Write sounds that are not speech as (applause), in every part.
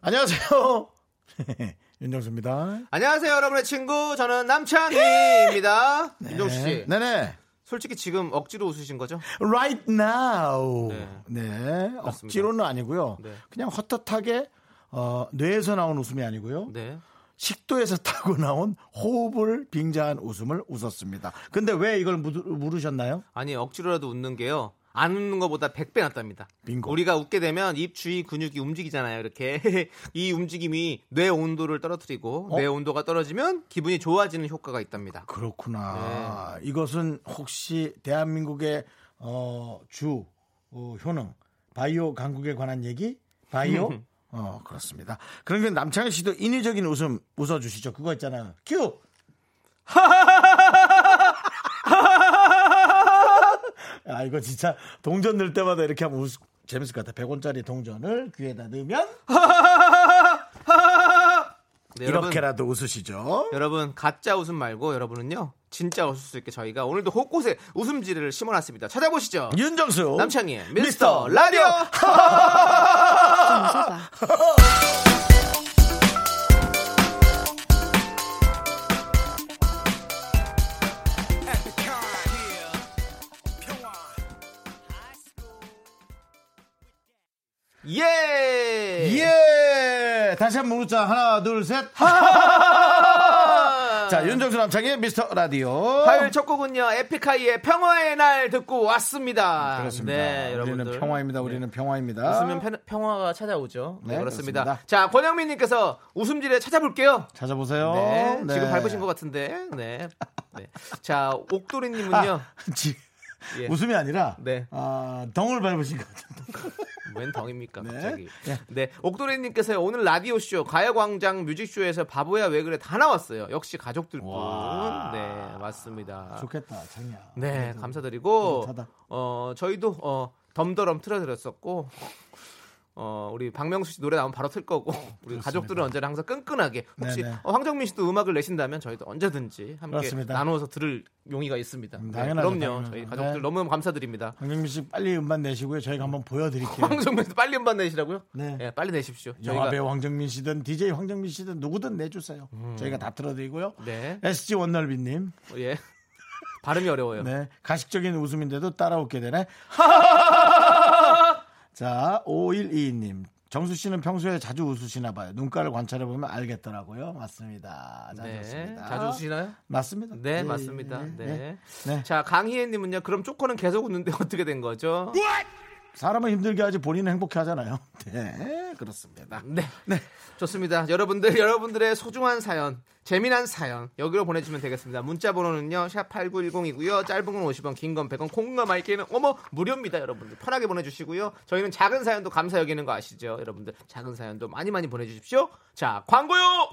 안녕하세요. (laughs) 윤정수입니다. 안녕하세요, 여러분의 친구. 저는 남창희입니다. (laughs) 윤정수 씨. 네. 네네. 솔직히 지금 억지로 웃으신 거죠? Right now. 네. 억지로는 아니고요. 네. 그냥 헛헛하게 어, 뇌에서 나온 웃음이 아니고요. 네. 식도에서 (laughs) 타고 나온 호흡을 빙자한 웃음을 웃었습니다. 근데 왜 이걸 물- 물으셨나요? 아니, 억지로라도 웃는 게요. 안 웃는 것보다 100배 낫답니다. 빙고. 우리가 웃게 되면 입 주위 근육이 움직이잖아요, 이렇게. (laughs) 이 움직임이 뇌 온도를 떨어뜨리고, 어? 뇌 온도가 떨어지면 기분이 좋아지는 효과가 있답니다. 그렇구나. 네. 이것은 혹시 대한민국의 어, 주 어, 효능 바이오 강국에 관한 얘기? (laughs) 바이오? 어 그렇습니다. 그러면 남창희 씨도 인위적인 웃음 웃어 주시죠. 그거 있잖아요. 큐. (laughs) 아 이거 진짜 동전 넣을 때마다 이렇게 하면 웃, 재밌을 것 같아. 100원짜리 동전을 귀에다 넣으면 네, 여러분, 이렇게라도 웃으시죠. 여러분, 가짜 웃음 말고 여러분은요, 진짜 웃을 수 있게 저희가 오늘도 곳곳에 웃음지를 심어놨습니다. 찾아보시죠. 윤정수 남창희의 미스터 라디오! 예! 예! 다시 한번 웃자. 하나, 둘, 셋. 자, 윤정수 남창의 미스터 라디오. 아, 화요일 첫 곡은요 에픽하이의 평화의 날 듣고 왔습니다. 아, 그렇습니다. 네, 우리는 여러분들 네. 평화입니다. 우리는 평화입니다. 웃으면 편- 평화가 찾아오죠. 아. 네, 네, 그렇습니다. 그렇습니다. 자, 권영민님께서 웃음질에 찾아볼게요. 찾아보세요. 네, 네. 지금 밟으신 것 같은데. 네. 네. 자, 옥돌이님은요. (laughs) 지- 예. 웃음이 아니라 네. 아, 덩을 밟으신 것 같은데. 웬 덩입니까, 네. 갑자기. 예. 네. 옥돌이님께서 오늘 라디오쇼, 가요광장 뮤직쇼에서 바보야 왜 그래 다 나왔어요. 역시 가족들뿐. 와. 네, 맞습니다. 좋겠다, 장이야. 네, 감사드리고 뿌듯하다. 어 저희도 어 덤더럼 틀어드렸었고 어 우리 박명수 씨 노래 나오면 바로 틀 거고 우리 가족들은 언제나 항상 끈끈하게 혹시 네네. 어, 황정민 씨도 음악을 내신다면 저희도 언제든지 함께 그렇습니다. 나누어서 들을 용의가 있습니다. 음, 네, 당연하죠, 그럼요, 당연하죠. 저희 가족들 네. 너무너무 감사드립니다. 강경민 씨 빨리 음반 내시고요. 저희가 한번 보여드릴게요. 황정민 씨 빨리 음반 내시라고요? 네. 예, 빨리 내십시오. 저희가 영화배우 황정민 씨든 DJ 황정민 씨든 누구든 내주세요. 저희가 다 틀어드리고요. 음. 네, SG 원널비님. 예. (laughs) 발음이 어려워요. 네. 가식적인 웃음인데도 따라웃게 되네. (laughs) 자, 5122님. 정수 씨는 평소에 자주 웃으시나 봐요. 눈가를 관찰해 보면 알겠더라고요. 맞습니다. 자, 네, 좋습니다. 자주 웃으시나요? 맞습니다. 네, 예, 맞습니다. 예, 네. 예. 네. 자, 강희애님은요. 그럼 쪼코는 계속 웃는데 (laughs) 어떻게 된 거죠? 사람은 힘들게 하지 본인은 행복해 하잖아요. (laughs) 네, 그렇습니다. 네. 좋습니다. 여러분들, 여러분들의 소중한 사연, 재미난 사연, 여기로 보내주시면 되겠습니다. 문자 번호는요, 샵8910이고요. 짧은 건 50원, 긴 건 100원, 콩과 마이크는 어머, 무료입니다. 여러분들. 편하게 보내주시고요. 저희는 작은 사연도 감사 여기는 거 아시죠? 여러분들, 작은 사연도 많이 많이 보내주십시오. 자, 광고요!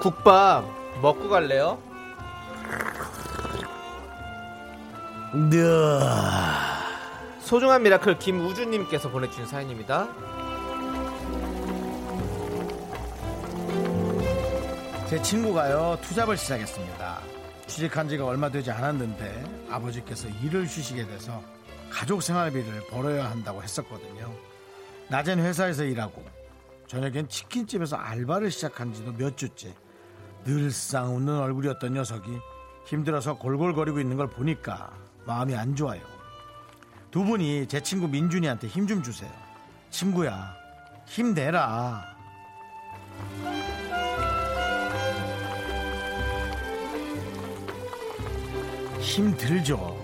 국밥 먹고 갈래요? 소중한 미라클 김우주님께서 보내주신 사연입니다. 제 친구가요 투잡을 시작했습니다. 취직한 지가 얼마 되지 않았는데 아버지께서 일을 쉬시게 돼서 가족 생활비를 벌어야 한다고 했었거든요. 낮엔 회사에서 일하고 저녁엔 치킨집에서 알바를 시작한 지도 몇 주째 늘상 웃는 얼굴이었던 녀석이 힘들어서 골골거리고 있는 걸 보니까 마음이 안 좋아요. 두 분이 제 친구 민준이한테 힘 좀 주세요. 친구야, 힘내라. 힘들죠.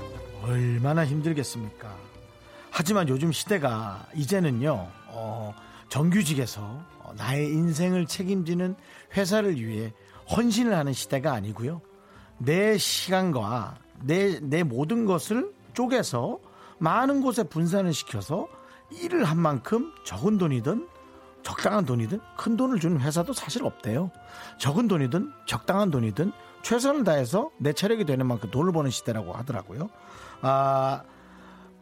얼마나 힘들겠습니까? 하지만 요즘 시대가 이제는요, 어, 정규직에서 어, 나의 인생을 책임지는 회사를 위해 헌신을 하는 시대가 아니고요. 내 시간과 내, 내 모든 것을 쪼개서 많은 곳에 분산을 시켜서 일을 한 만큼 적은 돈이든 적당한 돈이든 큰 돈을 주는 회사도 사실 없대요. 적은 돈이든 적당한 돈이든 최선을 다해서 내 체력이 되는 만큼 돈을 버는 시대라고 하더라고요. 아,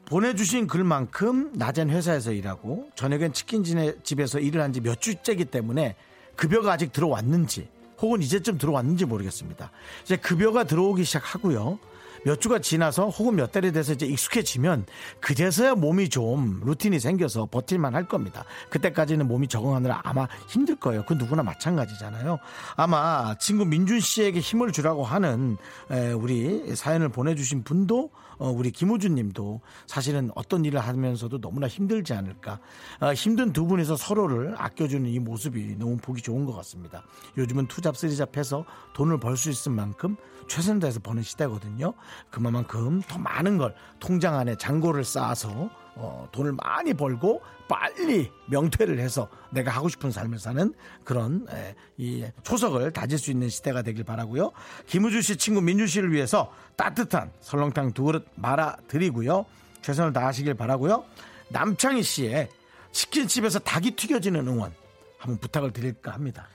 보내주신 글만큼 낮엔 회사에서 일하고 저녁엔 치킨집에서 일을 한 지 몇 주째이기 때문에 급여가 아직 들어왔는지 혹은 이제쯤 들어왔는지 모르겠습니다. 이제 급여가 들어오기 시작하고요. 몇 주가 지나서 혹은 몇 달이 돼서 이제 익숙해지면 그제서야 몸이 좀 루틴이 생겨서 버틸만 할 겁니다. 그때까지는 몸이 적응하느라 아마 힘들 거예요. 그 누구나 마찬가지잖아요. 아마 친구 민준 씨에게 힘을 주라고 하는 에, 우리 사연을 보내주신 분도 어, 우리 김호준 님도 사실은 어떤 일을 하면서도 너무나 힘들지 않을까. 어, 힘든 두 분에서 서로를 아껴주는 이 모습이 너무 보기 좋은 것 같습니다. 요즘은 투잡, 쓰리잡 해서 돈을 벌 수 있을 만큼 최선을 다해서 버는 시대거든요. 그만큼 더 많은 걸 통장 안에 잔고를 쌓아서 어, 돈을 많이 벌고 빨리 명퇴를 해서 내가 하고 싶은 삶을 사는 그런 에, 이 초석을 다질 수 있는 시대가 되길 바라고요. 김우주 씨 친구 민주 씨를 위해서 따뜻한 설렁탕 두 그릇 말아 드리고요. 최선을 다하시길 바라고요. 남창희 씨의 치킨집에서 닭이 튀겨지는 응원 한번 부탁을 드릴까 합니다.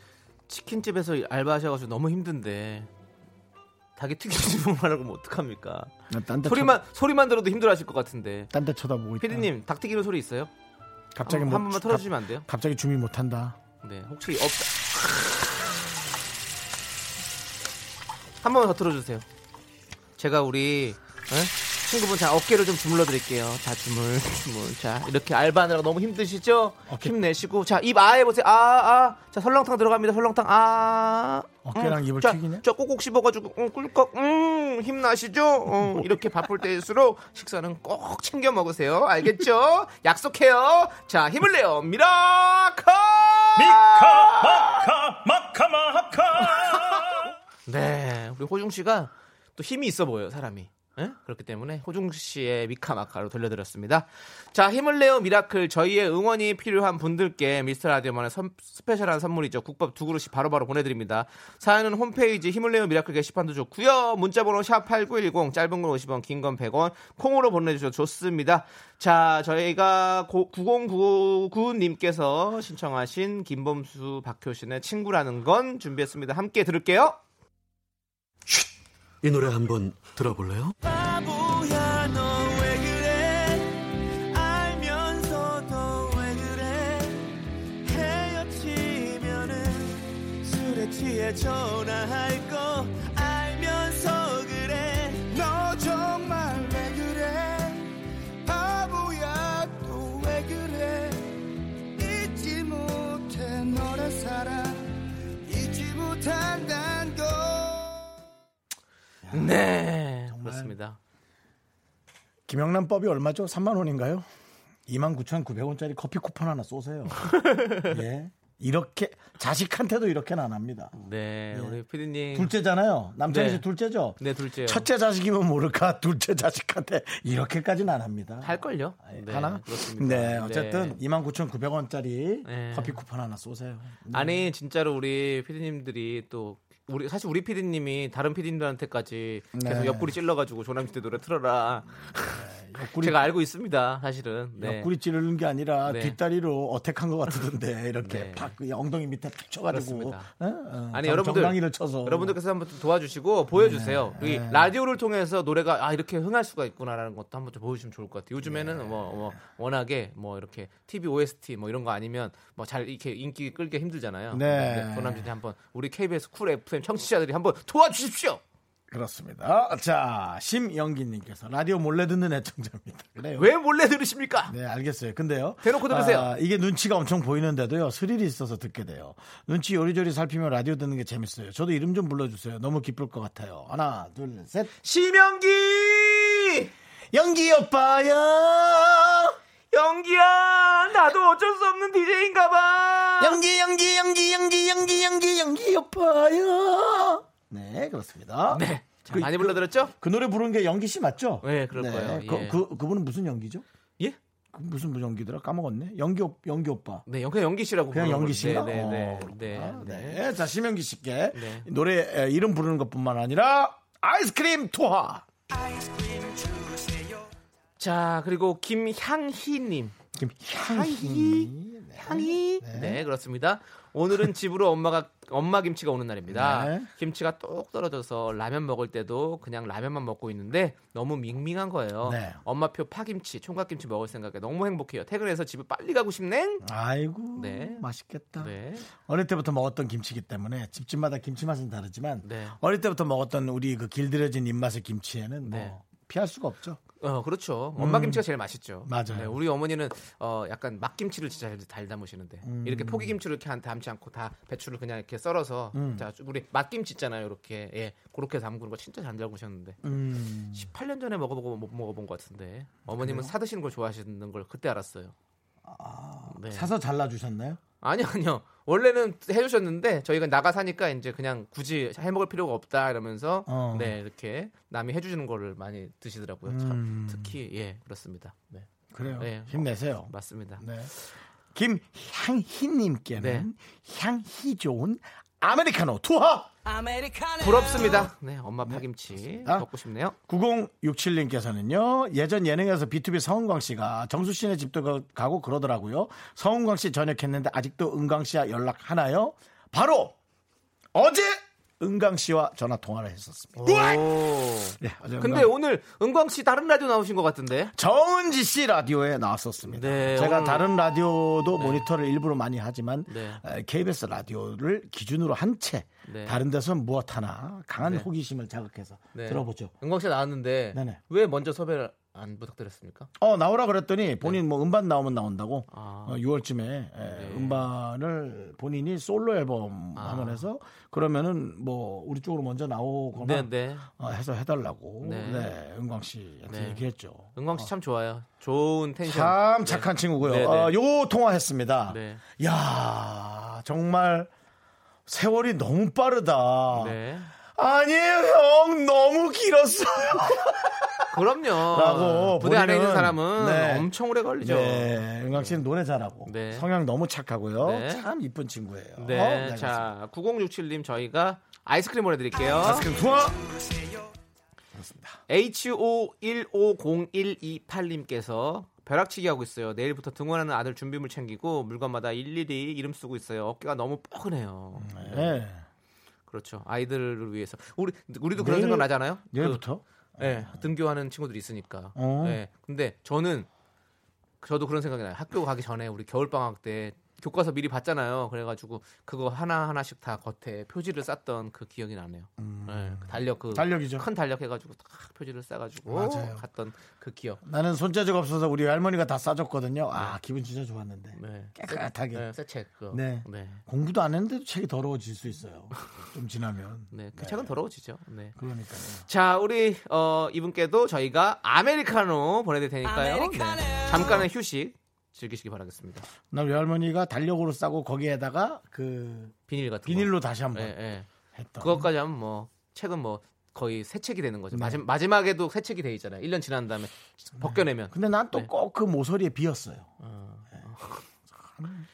치킨집에서 알바하셔가지고 너무 힘든데 닭이 튀겨지는 말하고 면 어떡합니까? 딴데 소리만 소리만 들어도 힘들어하실 것 같은데 딴데 쳐다보고 있다. 피디님 닭 튀기는 소리 있어요? 갑자기 한, 뭐 한 번만 주- 틀어주시면 안 돼요? 갑자기 주미 못한다. 네 혹시 없다 한 번만 더 틀어주세요 제가 우리 에? 친구분 자 어깨를 좀 주물러 드릴게요 자 주물 주물 자 이렇게 알바하느라 너무 힘드시죠? 어깨. 힘내시고 자 입 아예 보세요 아아자 설렁탕 들어갑니다 설렁탕 아 어깨랑 입을 자, 튀기네? 저 꼭꼭 씹어가지고 음, 꿀꺽 음 힘나시죠? 어, 이렇게 바쁠 때일수록 식사는 꼭 챙겨 먹으세요. 알겠죠? 약속해요. 자 힘을 내요. 미라카. 미카 마카 마카 마카 네, 우리 호중 씨가 또 힘이 있어 보여요 사람이. 예? 그렇기 때문에 호중 씨의 미카 마카로 돌려드렸습니다. 자, 힘을 내요 미라클 저희의 응원이 필요한 분들께 미스터 라디오만의 선- 스페셜한 선물이죠. 국밥 두 그릇씩 바로바로 보내드립니다. 사연은 홈페이지 힘을 내요 미라클 게시판도 좋고요. 문자번호 샵 #8910 짧은 건 50원, 긴 건 100원 콩으로 보내주셔도 좋습니다. 자, 저희가 9099님께서 신청하신 김범수 박효신의 친구라는 건 준비했습니다. 함께 들을게요. 이 노래 한번 들어볼래요? 네, 그렇습니다. 김영란법이 얼마죠? 3만 원인가요? 29,900원짜리 커피 쿠폰 하나 (laughs) 쏘세요. 예. 이렇게 자식한테도 이렇게는 안 합니다. 네, 우리 피디님. 둘째잖아요. 남창희 씨 네. 둘째죠? 네, 둘째요. 첫째 자식이면 모를까 (laughs) 둘째 자식한테 이렇게까지는 안 합니다. 할걸요? 아니, 네, 하나? 그렇습니다. 네, 어쨌든 29,900원짜리 네. 커피 쿠폰 하나 쏘세요. 네. 아니, 진짜로 우리 피디님들이 또 우리 사실 우리 피디님이 다른 피디님들한테까지 계속 네. 옆구리 찔러가지고 조남지대 노래 틀어라. 옆구리, 제가 알고 있습니다, 사실은. 네. 옆구리 찌르는 게 아니라 네. 뒷다리로 어택한 것 같던데 이렇게 네. 팍그 엉덩이 밑에 툭 쳐가지고 그렇습니다. 예? 어, 아니 정- 여러분들 정강이를 쳐서 네. 여러분들께서 한번 좀 도와주시고 보여주세요. 우리 라디오를 통해서 노래가 아 이렇게 흥할 수가 있구나라는 것도 한번 좀 보여주시면 좋을 것 같아요. 요즘에는 네. 뭐, 뭐 워낙에 뭐 이렇게 TV OST 뭐 이런 거 아니면 뭐 잘 이렇게 인기 끌기 힘들잖아요. 네. 도남진이 한번 우리 KBS 쿨 FM 청취자들이 한번 도와주십시오. 그렇습니다. 자, 심영기님께서 라디오 몰래 듣는 애청자입니다. 그래요. 왜 몰래 들으십니까? 네, 알겠어요. 근데요. 대놓고 들으세요. 아, 이게 눈치가 엄청 보이는데도요. 스릴이 있어서 듣게 돼요. 눈치 요리조리 살피며 라디오 듣는 게 재밌어요. 저도 이름 좀 불러주세요. 너무 기쁠 것 같아요. 하나, 둘, 셋. 심영기 영기 오빠야. 영기야 나도 어쩔 수 없는 DJ인가봐. 영기, 영기, 영기, 영기, 영기, 영기, 영기 오빠야. 네, 그렇습니다. 네. 자, 많이 불러들었죠? 그 노래 부른 게 영기 씨 맞죠? 네, 그럴 거예요. 그, 예. 그, 그분은 무슨 연기죠? 예? 그 무슨 무전기더라 까먹었네. 연기 오- 연기 오빠. 네, 그냥 연기 씨라고 그냥 부르는 연기 씨가. 건데. 네, 네, 어, 네. 그렇구나. 네. 네. 자 심연기 씨께 네. 노래 에, 이름 부르는 것뿐만 아니라 아이스크림 투하. 자, 그리고 김향희 님. 지금 향이 향이 네. 그렇습니다. 오늘은 집으로 엄마가 엄마 김치가 오는 날입니다. 네. 김치가 똑 떨어져서 라면 먹을 때도 그냥 라면만 먹고 있는데 너무 밍밍한 거예요. 네. 엄마표 파김치, 총각김치 먹을 생각에 너무 행복해요. 퇴근해서 집에 빨리 가고 싶네. 아이고 네. 맛있겠다. 네. 어릴 때부터 먹었던 김치이기 때문에 집집마다 김치 맛은 다르지만 네. 어릴 때부터 먹었던 우리 그 길들여진 입맛의 김치에는 뭐 네. 피할 수가 없죠. 어 그렇죠. 엄마 김치가 제일 맛있죠. 음. 맞아요. 네, 우리 어머니는 어 약간 막김치를 진짜 잘, 잘 담으시는데 음. 이렇게 포기 김치를 이렇게 한- 담지 않고 다 배추를 그냥 이렇게 썰어서 음. 자 우리 막김치 있잖아요. 이렇게 예 그렇게 담그는 거 진짜 잘 담그셨는데 음. 18년 전에 먹어보고 못 먹어본 것 같은데 어머님은 사 드시는 걸 좋아하시는 걸 그때 알았어요. 네. 아, 사서 잘라 주셨나요? 아니요 아니요 원래는 해주셨는데 저희가 나가 사니까 이제 그냥 굳이 해 먹을 필요가 없다 이러면서 어. 네 이렇게 남이 해주시는 거를 많이 드시더라고요. 음. 참 특히 예 그렇습니다. 네. 그래요. 네. 힘내세요. 맞습니다. 네. 네. 김향희님께는 향희 좋은 아메리카노 투하 부럽습니다. 네, 엄마 파김치 아. 먹고 싶네요. 9067님께서는요 예전 예능에서 B2B 서은광 씨가 정수 씨네 집도 가- 가고 그러더라고요 서은광 씨 전역했는데 아직도 은광 씨와 연락하나요? 바로 어제 은광 씨와 전화 통화를 했었습니다 네, 어제 근데 은광- 오늘 은광 씨 다른 라디오 나오신 것 같은데. 정은지 씨 라디오에 나왔었습니다 네, 제가 오늘- 다른 라디오도 모니터를 일부러 많이 하지만 네. 에, KBS 라디오를 기준으로 한 채 네. 다른 데서는 무엇 하나 강한 네. 호기심을 자극해서 네. 들어보죠 은광 씨가 나왔는데 네네. 왜 먼저 섭외를 안 부탁드렸습니까? 어 나오라 그랬더니 본인 뭐 음반 나오면 나온다고 네. 아. 네. 어, 6월쯤에 에, 음반을 본인이 솔로 앨범 아. 하면 해서 그러면은 뭐 우리 쪽으로 먼저 나오거나 네, 네. 어, 해서 해달라고 네, 네. 은광 씨한테 네. 얘기했죠. 은광 씨 참 좋아요. 좋은 텐션. 참 착한 친구고요. 네, 네. 어, 요 통화했습니다. 네. 야 정말 세월이 너무 빠르다. 네. 아니에요 형 너무 길었어요. 그럼요. 라고 부대 안에 있는 본인은- 사람은 네. 엄청 오래 걸리죠. 네, 은광 씨는 노래 잘하고 네. 성향 너무 착하고요. 네. 참 이쁜 친구예요. 어, 네, 자, 9067님 저희가 아이스크림 보내드릴게요. 아스크림 투하. H5150128님께서 벼락치기 하고 있어요. 내일부터 등원하는 아들 준비물 챙기고 물건마다 일일이 이름 쓰고 있어요. 어깨가 너무 뻐근해요. 네. 그렇죠. 아이들을 위해서 우리 우리도 그런 내일- 생각 나잖아요. 내일부터 그, 예, 등교하는 친구들이 있으니까. 아. 어. 예. 근데 저는 저도 그런 생각이 나요. 학교 가기 전에 우리 겨울 방학 때 교과서 미리 봤잖아요. 그래가지고 그거 하나 하나씩 다 겉에 표지를 쌌던 그 기억이 나네요. 예, 그 달력 그 음. 달력이죠. 큰 달력 해가지고 딱 표지를 싸가지고 맞아요. 갔던 그 기억. 나는 손재주가 없어서 우리 할머니가 다 싸줬거든요. 아 기분 진짜 좋았는데 네. 깨끗하게 네, 새 책. 그거. 예. 네. 네. 공부도 안 했는데도 책이 더러워질 수 있어요. 좀 지나면 네. 그 책은 더러워지죠. 네. 그러니까요. 자, 우리 어, 이분께도 저희가 아메리카노 보내드릴 테니까요. 네. 잠깐의 휴식 즐기시기 바라겠습니다. 나 외할머니가 달력으로 싸고 거기에다가 그 비닐 같은 비닐로 다시 거. 한번 예, 예. 했던. 그것까지 하면 뭐 책은 뭐 거의 새 책이 되는 네. 거죠. 마지, 마지막에도 새 책이 돼 있잖아요. 1년 지난 다음에 벗겨내면. 근데 난 또 꼭 그 모서리에 비었어요.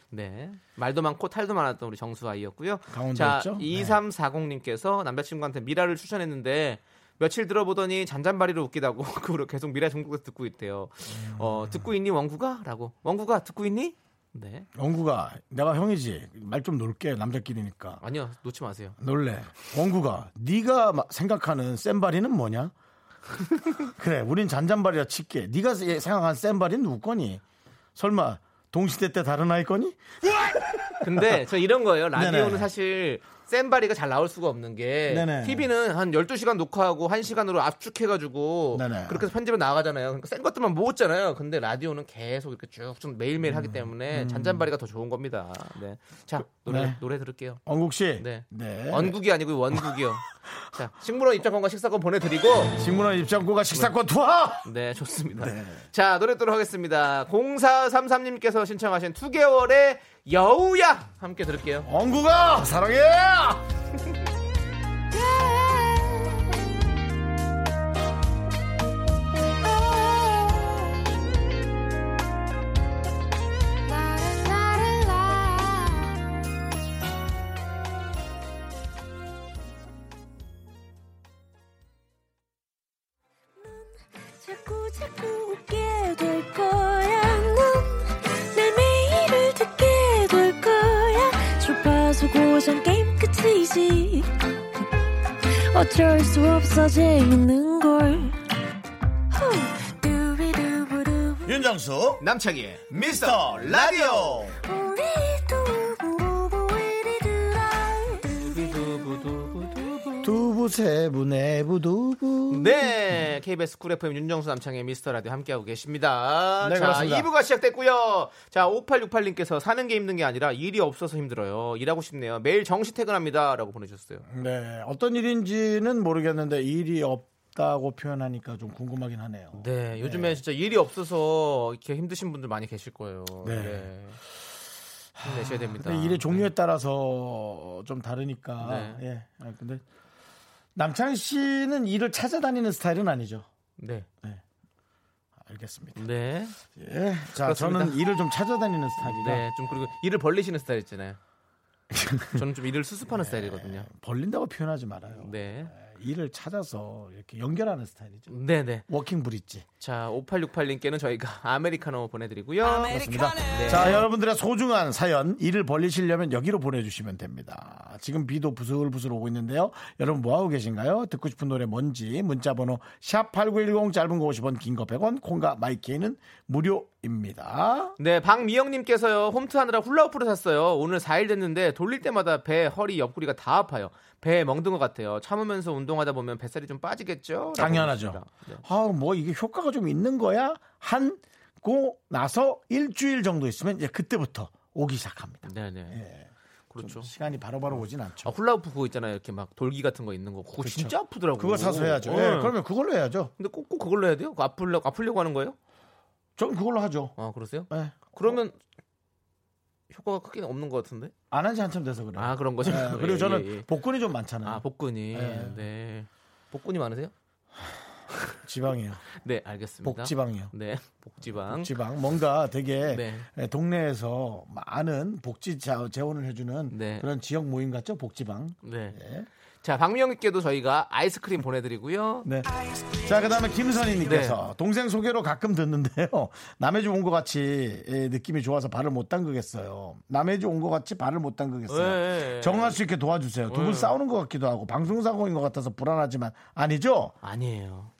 네. 말도 많고 탈도 많았던 우리 정수 아이였고요. 자, 강원도였죠? 네. 2340님께서 남자친구한테 미라를 추천했는데 며칠 들어보더니 잔잔바리로 웃기다고 (laughs) 그 후로 계속 미라 전국에서 듣고 있대요. 음. 어, 듣고 있니 원구가? 라고. 원구가 듣고 있니? 네. 원구가 내가 형이지 말 좀 놀게 남자끼리니까 아니요. 놓지 마세요. 놀래. 원구가 네가 마- 생각하는 센바리는 뭐냐? (laughs) 그래, 우린 잔잔바리라 칠게. 네가 세- 생각한 센바리는 누구 거니? 설마 동시대 때 다른 아이 거니? (laughs) 근데 저 이런 거예요. 라디오는 네네. 사실 센바리가 잘 나올 수가 없는 게 네네. TV는 한 12시간 녹화하고 1시간으로 압축해 가지고 네네. 그렇게 해서 편집을 나가잖아요. 그러니까 센 것들만 모았잖아요. 근데 라디오는 계속 이렇게 쭉쭉 매일매일 음. 하기 때문에 잔잔바리가 더 좋은 겁니다. 네. 자, 노래 네. 노래 들을게요. 원국 씨. 네. 네. 원국이 (laughs) 아니고 원국이요. 자, 식물원 입장권과 식사권 보내드리고 식문화 입장고가 식사권 투하. 네 좋습니다. 자 노래 듣도록 하겠습니다. 0433님께서 신청하신 2개월의 여우야 함께 들을게요. 원구가 사랑해. 아, 자꾸 웃게 될 거야. 넌내 매일을 듣게 될 거야. 주파수 고정 게임 끝이지. 어쩔 수 없어 재밌는 걸. 후. 두비두부두. 윤정수 남창희의 미스터 라디오 우리 두부부부 우리 두라. 두부 세부 네 내부 두부 네, KBS 쿨 FM 윤정수 남창의 미스터 라디오 함께하고 계십니다. 네, 자, 그렇습니다. 2부가 시작됐고요. 자, 5868님께서 사는 게 힘든 게 아니라 일이 없어서 힘들어요. 일하고 싶네요. 매일 정시 퇴근합니다라고 보내주셨어요. 네 어떤 일인지는 모르겠는데 일이 없다고 표현하니까 좀 궁금하긴 하네요 네, 요즘에 진짜 일이 없어서 이렇게 힘드신 분들 많이 계실 거예요. 네. 내셔야 됩니다. 근데 일의 종류에 따라서 좀 다르니까 아, 네. 예 아, 근데 남창희 씨는 일을 찾아다니는 스타일은 아니죠 네. 알겠습니다 네. 예자 그렇습니다. 저는 일을 좀 찾아다니는 스타일이라 네. 좀 그리고 일을 벌리시는 스타일 있잖아요. 저는 좀 일을 (laughs) 수습하는 스타일이거든요. 벌린다고 표현하지 말아요 네. 일을 찾아서 이렇게 연결하는 스타일이죠 네네. 워킹 브릿지 자, 5868님께는 저희가 (laughs) 아메리카노 보내드리고요. 네. 그렇습니다. 자, 여러분들의 소중한 사연 일을 벌리시려면 여기로 보내주시면 됩니다. 지금 비도 부슬부슬 오고 있는데요. 여러분 뭐 하고 계신가요? 듣고 싶은 노래 뭔지 문자번호 샵 #8910 짧은 거 50원, 긴 거 100원, 콩과 마이케이는 무료입니다. 네, 박미영님께서요, 홈트 하느라 훌라후프를 샀어요. 오늘 4일 됐는데, 돌릴 때마다 배, 허리, 옆구리가 다 아파요. 배에 멍든 것 같아요. 참으면서 운동하다 보면 뱃살이 좀 빠지겠죠? 라고 당연하죠. 하셨습니다. 네. 아, 뭐 이게 효과가 좀 있는 거야? 한 고 나서 일주일 정도 있으면 이제 그때부터 오기 시작합니다. 네네. 예. 좀 그렇죠. 시간이 바로바로 오진 아, 않죠. 훌라후프 그거 있잖아요. 이렇게 막 돌기 같은 거 있는 거. 그거 진짜 아프더라고요. 그렇죠. 그거 사서 해야죠. 어. 예, 그러면 그걸로 해야죠. 근데 꼭, 꼭 그걸로 해야 돼요? 그거 아플려, 아플려고 하는 거예요? 전 그걸로 하죠. 아, 그러세요? 예. 그러면 효과가 크게 없는 것 같은데? 안 한 지 한참 돼서 그래요. 아, 그런 거죠. 예, 그리고 (laughs) 예, 저는 예, 예. 복근이 좀 많잖아요. 아, 복근이. 예. 네. 복근이 많으세요? 지방이에요. 네, 알겠습니다. 복지방이요. 네, 복지방. 지방 뭔가 되게 네. 예, 동네에서 많은 복지 자- 재원을 해주는 네. 그런 지역 모임 같죠? 복지방. 네. 예. 자, 박미영님께도 저희가 아이스크림 보내드리고요. 네. 자, 그 다음에 김선희님께서 네. 동생 소개로 가끔 듣는데요. (laughs) 남의 집 온 것 같이 예, 느낌이 좋아서 발을 못 담그겠어요. 남의 집 온 것 같이 발을 못 담그겠어요. 네. 정할 수 있게 도와주세요. 두 분 싸우는 것 같기도 하고 방송사고인 것 같아서 불안하지만 아니죠? 아니에요.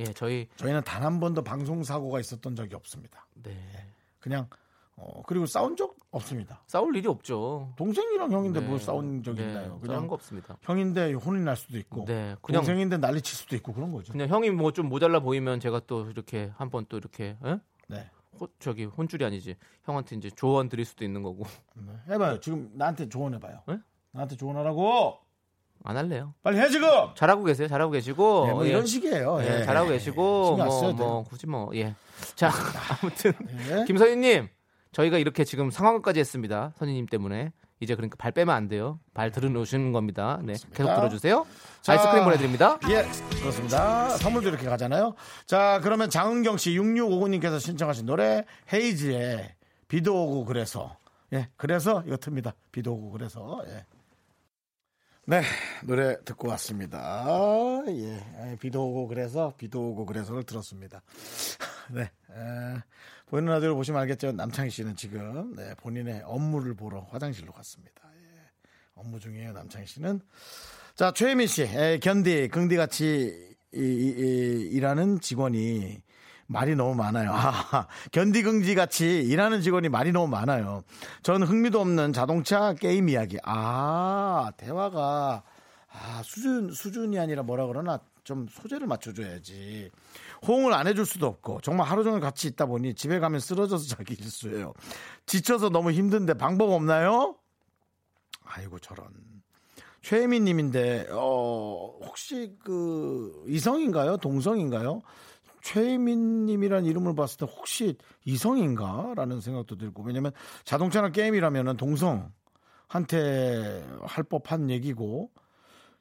예, 저희 저희는 단 한 번도 방송사고가 있었던 적이 없습니다. 네. 그냥 어, 그리고 싸운 적 없습니다. 싸울 일이 없죠. 동생이랑 형인데 뭘 네. 싸운 적 네, 있나요? 싸운 그냥 거 없습니다. 형인데 혼이 날 수도 있고 네, 그냥- 동생인데 난리 칠 수도 있고 그런 거죠. 그냥 형이 뭐 좀 모자라 보이면 제가 또 이렇게 한 번 또 이렇게 예? 네. 호, 저기 혼줄이 아니지 형한테 이제 조언 드릴 수도 있는 거고 (laughs) 네. 해봐요. 지금 나한테 조언해봐요. 네? 나한테 조언하라고 안 할래요. 빨리 해 지금. 잘하고 계세요. 잘하고 계시고 네, 뭐 어, 예. 이런 식이에요. 예, 예. 잘하고 계시고 신경 안 뭐, 써도 돼요. 뭐 굳이 뭐 예. 자 (laughs) 아무튼 예. 김선희님 저희가 이렇게 지금 상황까지 했습니다. 선희님 때문에 이제 그러니까 발 빼면 안 돼요. 발 들어놓으시는 겁니다. 네, 계속 들어주세요. 자, 아이스크림 보내드립니다. 예, 그렇습니다. 선물도 이렇게 가잖아요. 자, 그러면 장은경 씨 6659님께서 신청하신 노래 헤이즈의 비도 오고 그래서 예, 그래서 이거 틉니다. 비도 오고 그래서 예. 네, 노래 듣고 왔습니다. 예, 예, 비도 오고 그래서 비도 오고 그래서를 들었습니다. (laughs) 네, 에, 보이는 라디오를 보시면 알겠지만 남창희 씨는 지금 네, 본인의 업무를 보러 화장실로 갔습니다. 예, 업무 중이에요, 남창희 씨는. 자, 최혜민 씨, 에, 견디, 긍디 같이 이, 이, 이, 일하는 직원이 말이 너무 많아요. (laughs) 아, 견디, 긍디 같이 일하는 직원이 말이 너무 많아요. 저는 흥미도 없는 자동차 게임 이야기. 아, 대화가 아, 수준, 수준이 아니라 뭐라 그러나 좀 소재를 맞춰줘야지. 호응을 안 해줄 수도 없고, 정말 하루 종일 같이 있다 보니 집에 가면 쓰러져서 (laughs) 자기 일수예요. 지쳐서 너무 힘든데 방법 없나요? 아이고, 저런. 최혜민 님인데 어 혹시 그 이성인가요? 동성인가요? 최혜민 님이란 이름을 봤을 때 혹시 이성인가라는 생각도 들고 왜냐면 자동차나 게임이라면은 동성한테 할 법한 얘기고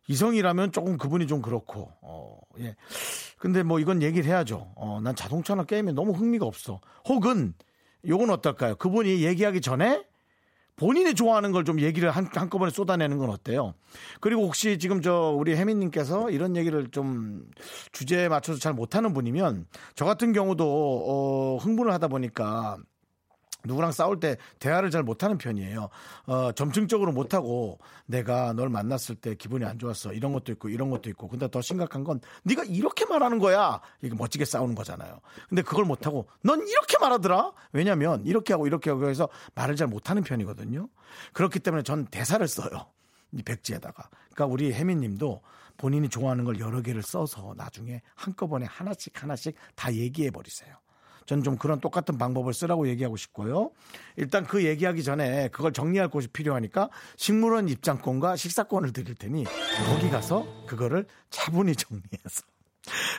이성이라면 조금 그분이 좀 그렇고 어 예. 근데 뭐 이건 얘기를 해야죠. 어 난 자동차나 게임에 너무 흥미가 없어. 혹은 요건 어떨까요? 그분이 얘기하기 전에 본인이 좋아하는 걸 좀 얘기를 한, 한꺼번에 쏟아내는 건 어때요? 그리고 혹시 지금 저 우리 혜민님께서 이런 얘기를 좀 주제에 맞춰서 잘 못하는 분이면 저 같은 경우도 어, 흥분을 하다 보니까 누구랑 싸울 때 대화를 잘 못하는 편이에요. 어, 점층적으로 못하고 내가 널 만났을 때 기분이 안 좋았어. 이런 것도 있고 이런 것도 있고. 근데 더 심각한 건 네가 이렇게 말하는 거야. 이게 멋지게 싸우는 거잖아요. 근데 그걸 못하고 넌 이렇게 말하더라. 왜냐면 이렇게 하고 이렇게 하고 해서 말을 잘 못하는 편이거든요. 그렇기 때문에 전 대사를 써요. 이 백지에다가. 그러니까 우리 혜민님도 본인이 좋아하는 걸 여러 개를 써서 나중에 한꺼번에 하나씩 하나씩 다 얘기해 버리세요. 전 좀 그런 똑같은 방법을 쓰라고 얘기하고 싶고요. 일단 그 얘기하기 전에 그걸 정리할 곳이 필요하니까 식물원 입장권과 식사권을 드릴 테니 거기 가서 그거를 차분히 (laughs) 정리해서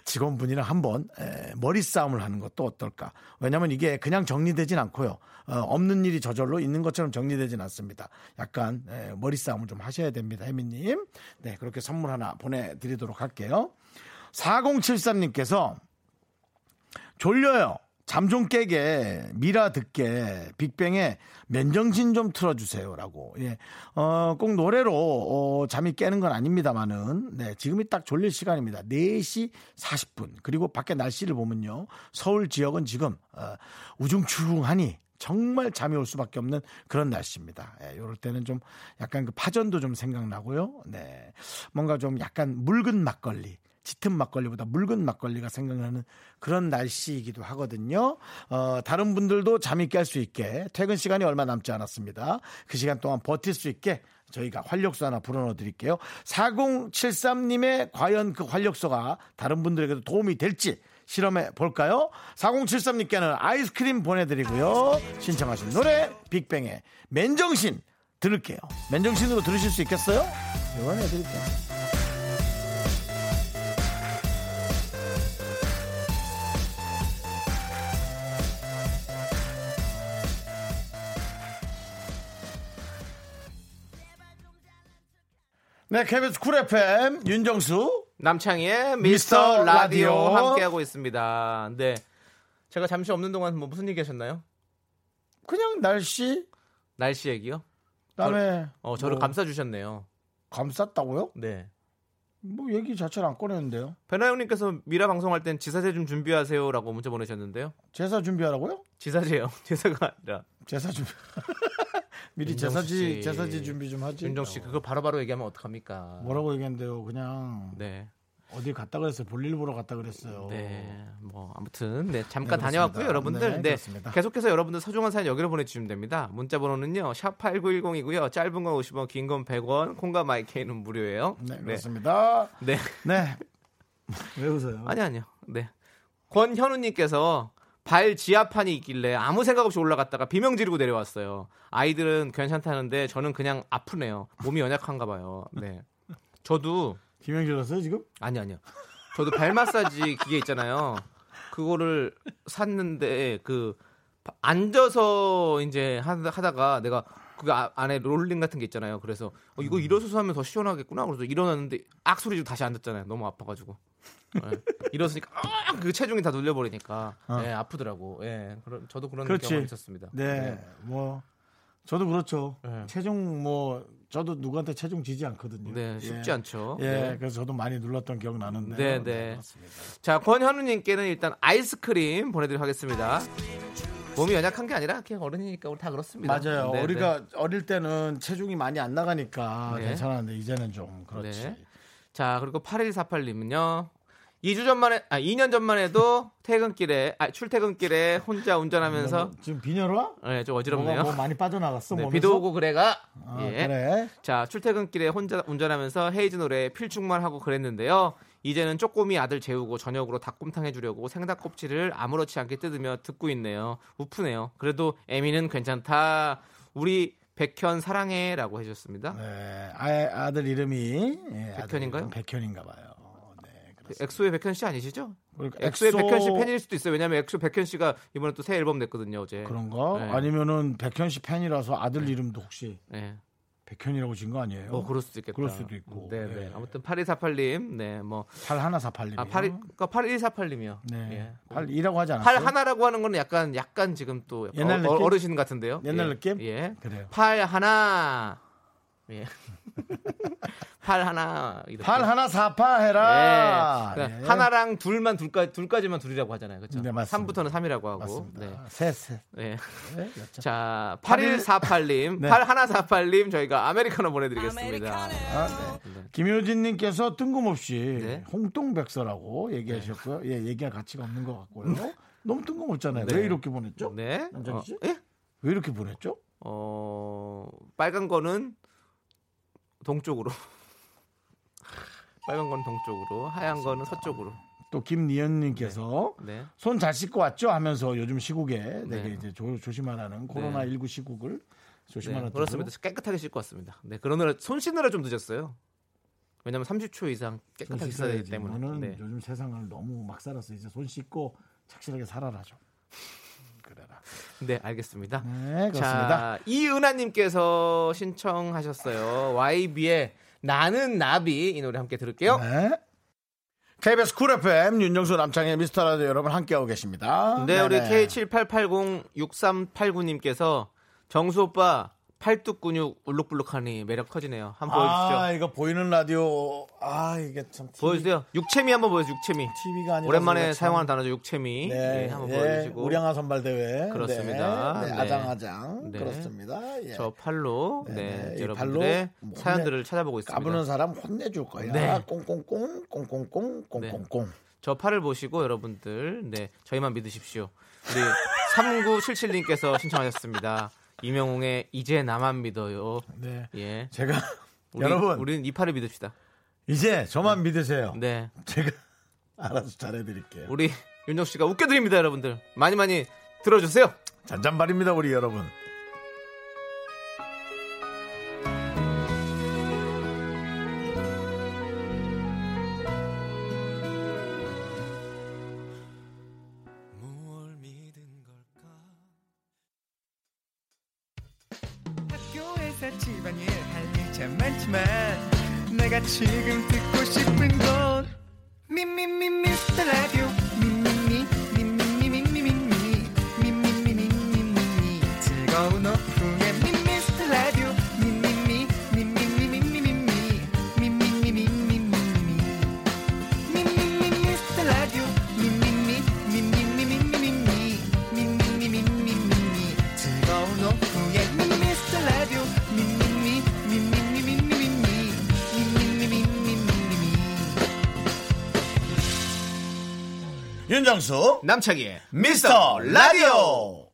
직원분이랑 한번 에, 머리 싸움을 하는 것도 어떨까? 왜냐하면 이게 그냥 정리되진 않고요. 어, 없는 일이 저절로 있는 것처럼 정리되진 않습니다. 약간 에, 머리 싸움을 좀 하셔야 됩니다, 혜민님. 네, 그렇게 선물 하나 보내드리도록 할게요. 4073님께서 졸려요. 잠 좀 깨게 미라 듣게 빅뱅의 맨정신 좀 틀어주세요라고 예. 예어꼭 노래로 어, 잠이 깨는 건 아닙니다만은 네 지금이 딱 졸릴 시간입니다 4시 40분 그리고 밖에 날씨를 보면요 서울 지역은 지금 어, 우중충하니 정말 잠이 올 수밖에 없는 그런 날씨입니다. 예, 이럴 때는 좀 약간 그 파전도 좀 생각나고요. 네, 뭔가 좀 약간 묽은 막걸리, 짙은 막걸리보다 묽은 막걸리가 생각나는 그런 날씨이기도 하거든요. 어, 다른 분들도 잠이 깰 수 있게 퇴근 시간이 얼마 남지 않았습니다. 그 시간 동안 버틸 수 있게 저희가 활력소 하나 불어넣어 드릴게요. 4073님의 과연 그 활력소가 다른 분들에게도 도움이 될지 실험해 볼까요? 4073님께는 아이스크림 보내드리고요. 신청하신 노래 빅뱅의 맨정신 들을게요. 맨정신으로 들으실 수 있겠어요? 이번에 드릴게요. 네, KBS 쿨 FM 윤정수 남창희의 미스터 미스터 라디오 라디오. 함께하고 있습니다. 네. 제가 잠시 없는 동안 뭐 무슨 얘기 하셨나요? 그냥 날씨 날씨 얘기요? 그다음에 어, 저를 뭐 감싸주셨네요. 감쌌다고요? 네. 뭐 얘기 자체를 안 꺼내는데요. 배나영님께서 미라 방송할 땐 지사제 좀 준비하세요라고 문자 보내셨는데요. 제사 준비하라고요? 지사제요. (laughs) 제사가 아니라. 제사 준비. (laughs) 미리 윤정수 제사지 씨. 제사지 준비 좀 하지. 어. 윤정 씨 그거 바로바로 얘기하면 어떡합니까? 뭐라고 얘기한대요. 그냥 네. 어디 갔다 그랬어요. 볼일 보러 갔다 그랬어요. 네. 뭐 아무튼 네, 잠깐 네, 다녀왔고요, 그렇습니다. 네, 여러분들. 네. 그렇습니다. 계속해서 여러분들 소중한 사연 여기로 보내 주시면 됩니다. 문자 번호는요. 샵 8910이고요. 짧은 건 50원, 긴 건 100원. 콩과 마이케이는 무료예요. 네, 그렇습니다. 네. 네. (laughs) 왜 웃어요? 아니 아니요. 네. 권현우님께서 발 지하판이 있길래 아무 생각 없이 올라갔다가 비명 지르고 내려왔어요. 아이들은 괜찮다는데 저는 그냥 아프네요. 몸이 연약한가 봐요. 네. 저도 비명 질렀어요 지금? 아니 아니요. 저도 발 마사지 기계 있잖아요. 그거를 샀는데 그 바- 앉아서 이제 하- 하다가 내가 그 아- 안에 롤링 같은 게 있잖아요. 그래서 어, 음. 이거 일어서서 하면 더 시원하겠구나. 그래서 일어났는데 악 소리 로 다시 앉았잖아요. 너무 아파가지고 예. 일어서니까 아! 그 체중이 다 눌려버리니까 예, 아프더라고. 예, 그런- 저도 그런 그렇지. 경험이 있었습니다. 네. 네. 뭐 저도 그렇죠. 네. 체중 뭐 저도 누구한테 체중 지지 않거든요. 네, 쉽지 예. 않죠. 예, 네. 그래서 저도 많이 눌렀던 기억 나는데. 네, 네. 자, 권현우님께는 일단 아이스크림 보내드리도록 하겠습니다. 몸이 연약한 게 아니라 그냥 어른이니까 우리 다 그렇습니다. 맞아요. 네, 네. 우리가 어릴 때는 체중이 많이 안 나가니까 네. 괜찮았는데 이제는 좀 그렇지. 네. 자, 그리고 8148님은요. 2주 전만 에, 아, 2년 전만 해도 퇴근길에, 아, 출퇴근길에 혼자 운전하면서, 지금 비녀라? 예, 뭐가 좀 어지럽네요. 뭐 많이 빠져나갔어. 네, 몸에서? 비도 오고 그래가, 아, 예. 그래. 자, 출퇴근길에 혼자 운전하면서 헤이즈 노래 필충만 하고 그랬는데요. 이제는 쪼꼬미 아들 재우고 저녁으로 닭곰탕 해주려고 생닭 껍질을 아무렇지 않게 뜯으며 듣고 있네요. 우프네요. 그래도 에미는 괜찮다. 우리 백현 사랑해라고 해주셨습니다. 네, 아, 아들 이름이 예, 아들 백현인가요? 이름은 백현인가 봐요. 네, 그렇습니다. 엑소의 백현 씨 아니시죠? 그러니까 엑소의 백현 씨 팬일 수도 있어요. 왜냐하면 엑소 백현 씨가 이번에 또 새 앨범 냈거든요 어제. 그런가? 네. 아니면은 백현 씨 팬이라서 아들 이름도 혹시 네. 백현이라고 진 거 아니에요? 뭐 그럴 수도 있겠다. 그럴 수도 있고. 네, 네. 예. 아무튼 8148님. 네, 뭐 8148님. 아, 8 그러니까 8148님이요. 예. 네. 81이라고 하지 않았어요? 팔 하나라고 하는 건 약간 약간 지금 또 약간 그 옛날 어, 느낌? 르신 같은데요. 옛날 예. 느낌? 예. 그래요. 팔 하나. (laughs) 예. 팔 하나. 이렇게. 8 하나 4파 예. 해라. 그러니까 예. 네. 하나랑 둘만 둘까지 둘까지만 둘이라고 하잖아요. 그렇죠? 네, 맞습니다. 3부터는 3이라고 하고. 맞습니다. 네. 셋 셋. (laughs) 네. 네, 그렇죠. 자, 8148님, 네. 8148님 저희가 아메리카노 보내드리겠습니다. 아, 네. 김효진님께서 뜬금없이 네. 홍동백서라고 얘기하셨고요. 예, 얘기할 가치가 없는 것 같고요. 너무 뜬금없잖아요. 왜 이렇게 보냈죠? 네. 남정희 씨? 어, 예? 왜 이렇게 보냈죠? 어, 빨간 거는 동쪽으로. (laughs) 빨간 거는 동쪽으로, 하얀 거는 서쪽으로. 또 김니연님께서 네. 손 잘 씻고 왔죠 하면서 요즘 시국에 되게 네. 이제 조, 조심하라는 코로나 19 시국을 조심하라는 네, 그렇습니다. 깨끗하게 씻고 왔습니다. 네, 그러느라 손 씻느라 좀 늦었어요. 왜냐면 30초 이상 손 깨끗하게 씻어야 씻어야지. 되기 때문에. 때문에. 네. 요즘 세상을 너무 막 살아서 이제 손 씻고 착실하게 살아라죠. 그래라. 네, 알겠습니다. 네, 그렇습니다. 자, 이은하님께서 신청하셨어요. YB의 나는 나비 이 노래 함께 들을게요. 네. KBS 쿨 FM 윤정수 남창의 미스터 라디오 여러분 함께하고 계십니다. 네, 우리 네네. K78806389님께서 정수 오빠 팔뚝 근육 울룩불룩하니 매력 커지네요. 한번 아, 보여주시죠. 이거 보이는 라디오. 아, 이게 참. TV, 보여주세요. 육체미 한번 보여주세요. 육체미. TV가 아니라. 오랜만에 사용하는 단어죠. 육체미. 네, 한번 보여주시고. 예, 우량아 선발 대회. 그렇습니다. 네, 네, 네. 아장아장. 네. 그렇습니다. 예. 저 팔로 네, 네, 이 여러분들의 팔로 사연들을 찾아보고 있습니다. 까부는 사람 혼내줄 거야. 네. 꽁꽁꽁, 꽁꽁꽁, 꽁꽁꽁. 저 팔을 보시고 여러분들 네 저희만 믿으십시오. 우리 (laughs) 3977님께서 신청하셨습니다. 이명웅의 이제 나만 믿어요. 네. 예. 제가 (laughs) 우리, 여러분 우리는 이 팔을 믿읍시다. 이제 저만 믿으세요. 네. 제가 (laughs) 알아서 잘해드릴게요. 우리 윤정 씨가 웃겨드립니다, 여러분들. 많이 많이 들어주세요. 잔잔발입니다, 우리 여러분. 학교에서 집안일 할 일 참 많지만 내가 지금 듣고 싶은 건 미미미 미스터 라디오 미미미 미미미 미미미 미미미 미미미 미미미 즐거운 오후에 미스터 라디오 미미미 미미미 미미미 미미미 미미미 미미미 윤정수 남창희의 미스터 라디오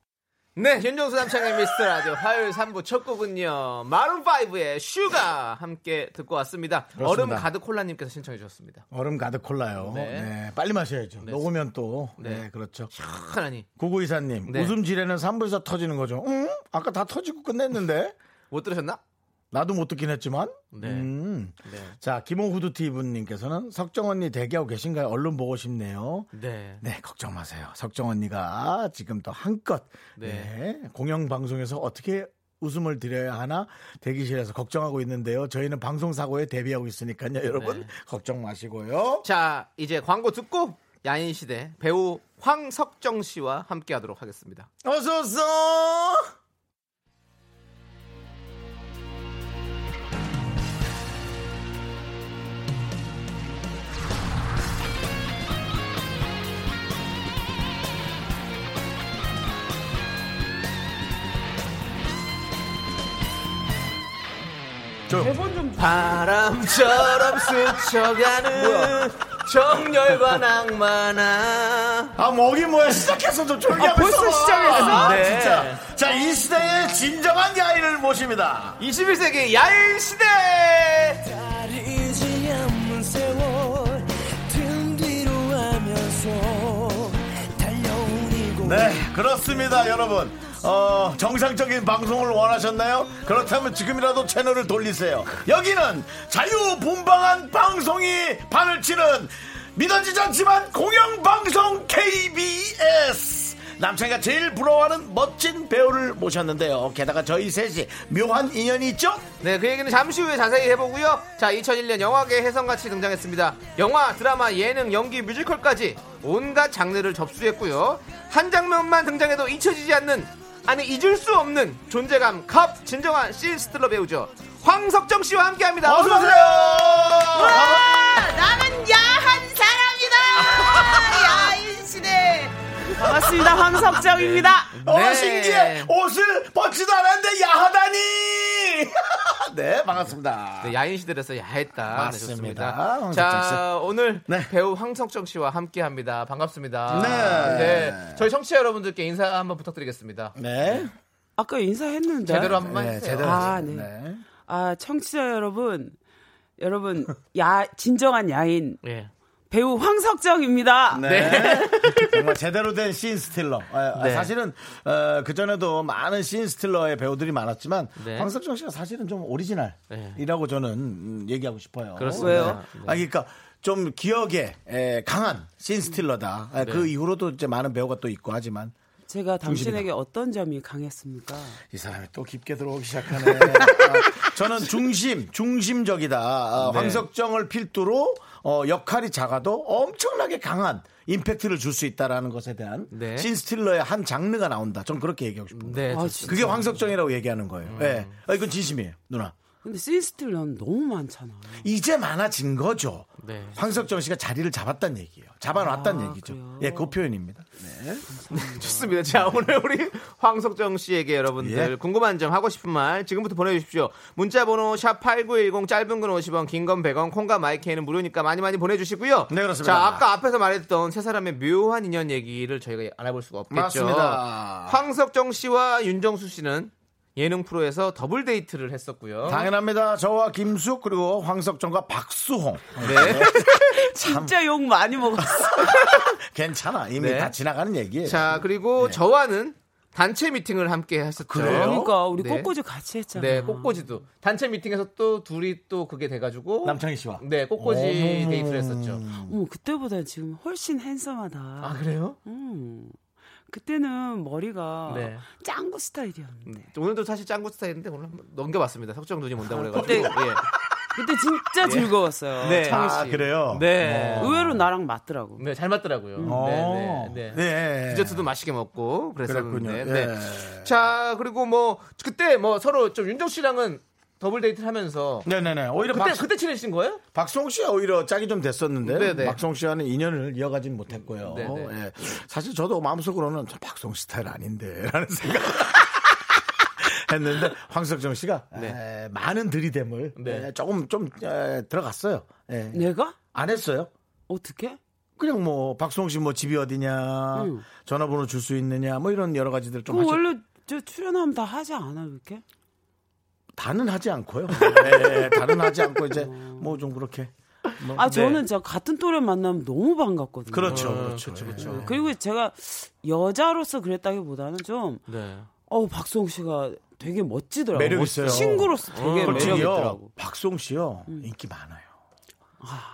네, 윤정수 남창의 미스터 라디오 화요일 3부 첫 곡은요. 마룬5의 슈가 함께 듣고 왔습니다. 얼음 그렇습니다. 가득 콜라님께서 신청해 주셨습니다. 얼음 가득 콜라요. 네. 네. 빨리 마셔야죠. 녹으면 또. 네, 네. 그렇죠. 하나니 구구이사님, 네. 웃음 지뢰는 3부에서 터지는 거죠. 응? 아까 다 터지고 끝냈는데? 못 들으셨나? 나도 못 듣긴 했지만. 네. 음. 네. 자, 김홍후드티 분님께서는 석정 언니 대기하고 계신가요? 얼른 보고 싶네요. 네. 네, 걱정 마세요. 석정 언니가 지금 또 한껏 네. 네. 공영 방송에서 어떻게 웃음을 드려야 하나 대기실에서 걱정하고 있는데요. 저희는 방송 사고에 대비하고 있으니까요, 여러분 네. 걱정 마시고요. 자, 이제 광고 듣고 야인시대 배우 황석정 씨와 함께 하도록 하겠습니다. 어서 오세요. 바람처럼 스쳐가는 정열과 낭만아. 아, 먹이 뭐야? 시작했어, 좀 조용히 하고 있어. 벌써 시작했어? 아, 네. 진짜. 자, 이 시대의 진정한 야인을 모십니다. 21세기 야인시대! 다리지 않는 세월 등 뒤로 하면서 달려온 이곳 네, 그렇습니다, 여러분. 어, 정상적인 방송을 원하셨나요? 그렇다면 지금이라도 채널을 돌리세요. 여기는 자유분방한 방송이 판을 치는 믿어지지 않지만 공영방송 KBS. 남창이가 제일 부러워하는 멋진 배우를 모셨는데요. 게다가 저희 셋이 묘한 인연이 있죠? 네, 그 얘기는 잠시 후에 자세히 해보고요. 자, 2001년 영화계 해성같이 등장했습니다. 영화, 드라마, 예능, 연기, 뮤지컬까지 온갖 장르를 접수했고요. 한 장면만 등장해도 잊혀지지 않는, 아니 잊을 수 없는 존재감 갑 진정한 신스틸러 배우죠. 황석정 씨와 함께합니다. 어서 오세요. 나는 야한 (laughs) 사람이다. 야인 시대. 반갑습니다. 황석정입니다. 어, 네. 신기해! 옷을 벗지도 않았는데 야하다니! (laughs) 네, 반갑습니다. 네, 야인 시들에서 야했다. 맞습니다. 아, 하셨습니다. 황석정 씨. 자, 오늘 네. 배우 황석정 씨와 함께합니다. 반갑습니다. 네. 저희 청취자 여러분들께 인사 한번 부탁드리겠습니다. 네. 아까 인사했는데. 제대로 한 번만 네, 해주세요. 제대로. 아, 네. 네. 아, 청취자 여러분. 여러분, 야, 진정한 야인. 예. 배우 황석정입니다. 네. (laughs) 정말 제대로 된 씬스틸러. 아, 네. 사실은 어, 그전에도 많은 씬스틸러의 배우들이 많았지만 네. 황석정 씨가 사실은 좀 오리지널이라고 저는 음, 얘기하고 싶어요. 그렇습니다. 왜요? 아, 그러니까 좀 기억에 에, 강한 씬스틸러다. 아, 그 이후로도 이제 많은 배우가 또 있고 하지만 제가 당신에게 어떤 점이 강했습니까? 네, 이 사람이 또 깊게 들어오기 시작하네. 아, 저는 중심, 중심적이다. 아, 네. 황석정을 필두로 어, 역할이 작아도 엄청나게 강한 임팩트를 줄 수 있다라는 것에 대한 네. 신스틸러의 한 장르가 나온다. 저는 그렇게 얘기하고 싶습니다. 네. 아, 좋습니다. 진짜. 그게 황석정이라고 얘기하는 거예요. 예. 아, 이건 진심이에요, 누나. 그, 근데 씬스틸 난 너무 많잖아. 이제 많아진 거죠. 네. 황석정 씨가 자리를 잡았다는 얘기예요. 잡아놨다는 얘기죠. 그래요? 예, 그 표현입니다. 좋습니다. 자, 오늘 우리 황석정 씨에게 여러분들 네. 예. 궁금한 점 하고 싶은 말 지금부터 보내주십시오. 문자번호 샵8910 짧은 건 50원, 긴 건 100원, 콩과 마이크에는 무료니까 많이 많이 보내주시고요. 네, 그렇습니다. 자, 아까 앞에서 말했던 세 사람의 묘한 인연 얘기를 저희가 알아볼 수가 없겠죠. 맞습니다. 황석정 씨와 윤정수 씨는 예능 프로에서 더블 데이트를 했었고요. 당연합니다. 저와 김숙 그리고 황석정과 박수홍. 네. 진짜 욕 많이 먹었어. 괜찮아. 이미 네. 다 지나가는 얘기예요. 자, 그리고 저와는 단체 미팅을 함께 했었죠. 네. 그래요? 그러니까 우리 네. 꽃꽂이 같이 했잖아. 네, 꽃꽂이도 단체 미팅에서 또 둘이 또 그게 돼가지고 남창희 씨와. 네, 꽃꽂이 데이트를 했었죠. 어머, 그때보다 지금 훨씬 핸섬하다. 네. 아 그래요? 음. 그때는 머리가 네. 짱구 스타일이었는데. 오늘도 사실 짱구 스타일인데 오늘 한번 넘겨봤습니다. 석정 눈이 아, 온다고 그때- 그래가지고 네. 예. 그때 진짜 즐거웠어요. 네. 창희 씨. 아, 그래요? 네, 어. 의외로 나랑 맞더라고. 네, 잘 맞더라고요. 네, 네, 네. 네. 디저트도 맛있게 먹고 그랬군요. 그랬었는데. 네. 자, 그리고 뭐 그때 뭐 서로 좀 윤정 씨랑은 더블 데이트를 하면서 네네네. 오히려 그때 박, 그때 친해진 거예요? 박송 씨가 오히려 짝이 좀 됐었는데 네네. 박송 씨와는 인연을 이어가진 못했고요. 네네. 예. 사실 저도 마음속으로는 저 박송 씨 스타일 아닌데라는 (laughs) 생각. 했는데 황석정 씨가 에, 많은 들이댐을 네. 에, 조금 좀 에, 들어갔어요. 예. 내가? 안 했어요. 어떻게? 그냥 뭐 박송 씨 뭐 집이 어디냐, 음. 전화번호 줄 수 있느냐, 뭐 이런 여러 가지들 좀 그 하셨 원래 저 출연하면 다 하지 않아 이렇게? 다는 하지 (laughs) 않고요. 네, 다는 하지 않고 이제 뭐 좀 그렇게. 뭐, 네. 아 저는 저 같은 또래 만나면 너무 반갑거든요. 그렇죠, 그렇죠, 그렇죠. 네. 그리고 제가 여자로서 그랬다기보다는 좀 네. 어우 박수홍 씨가 되게 멋지더라고. 매력 있어요. 친구로서 되게 매력 솔직히요, 있더라고. 박송 씨요 인기 많아요.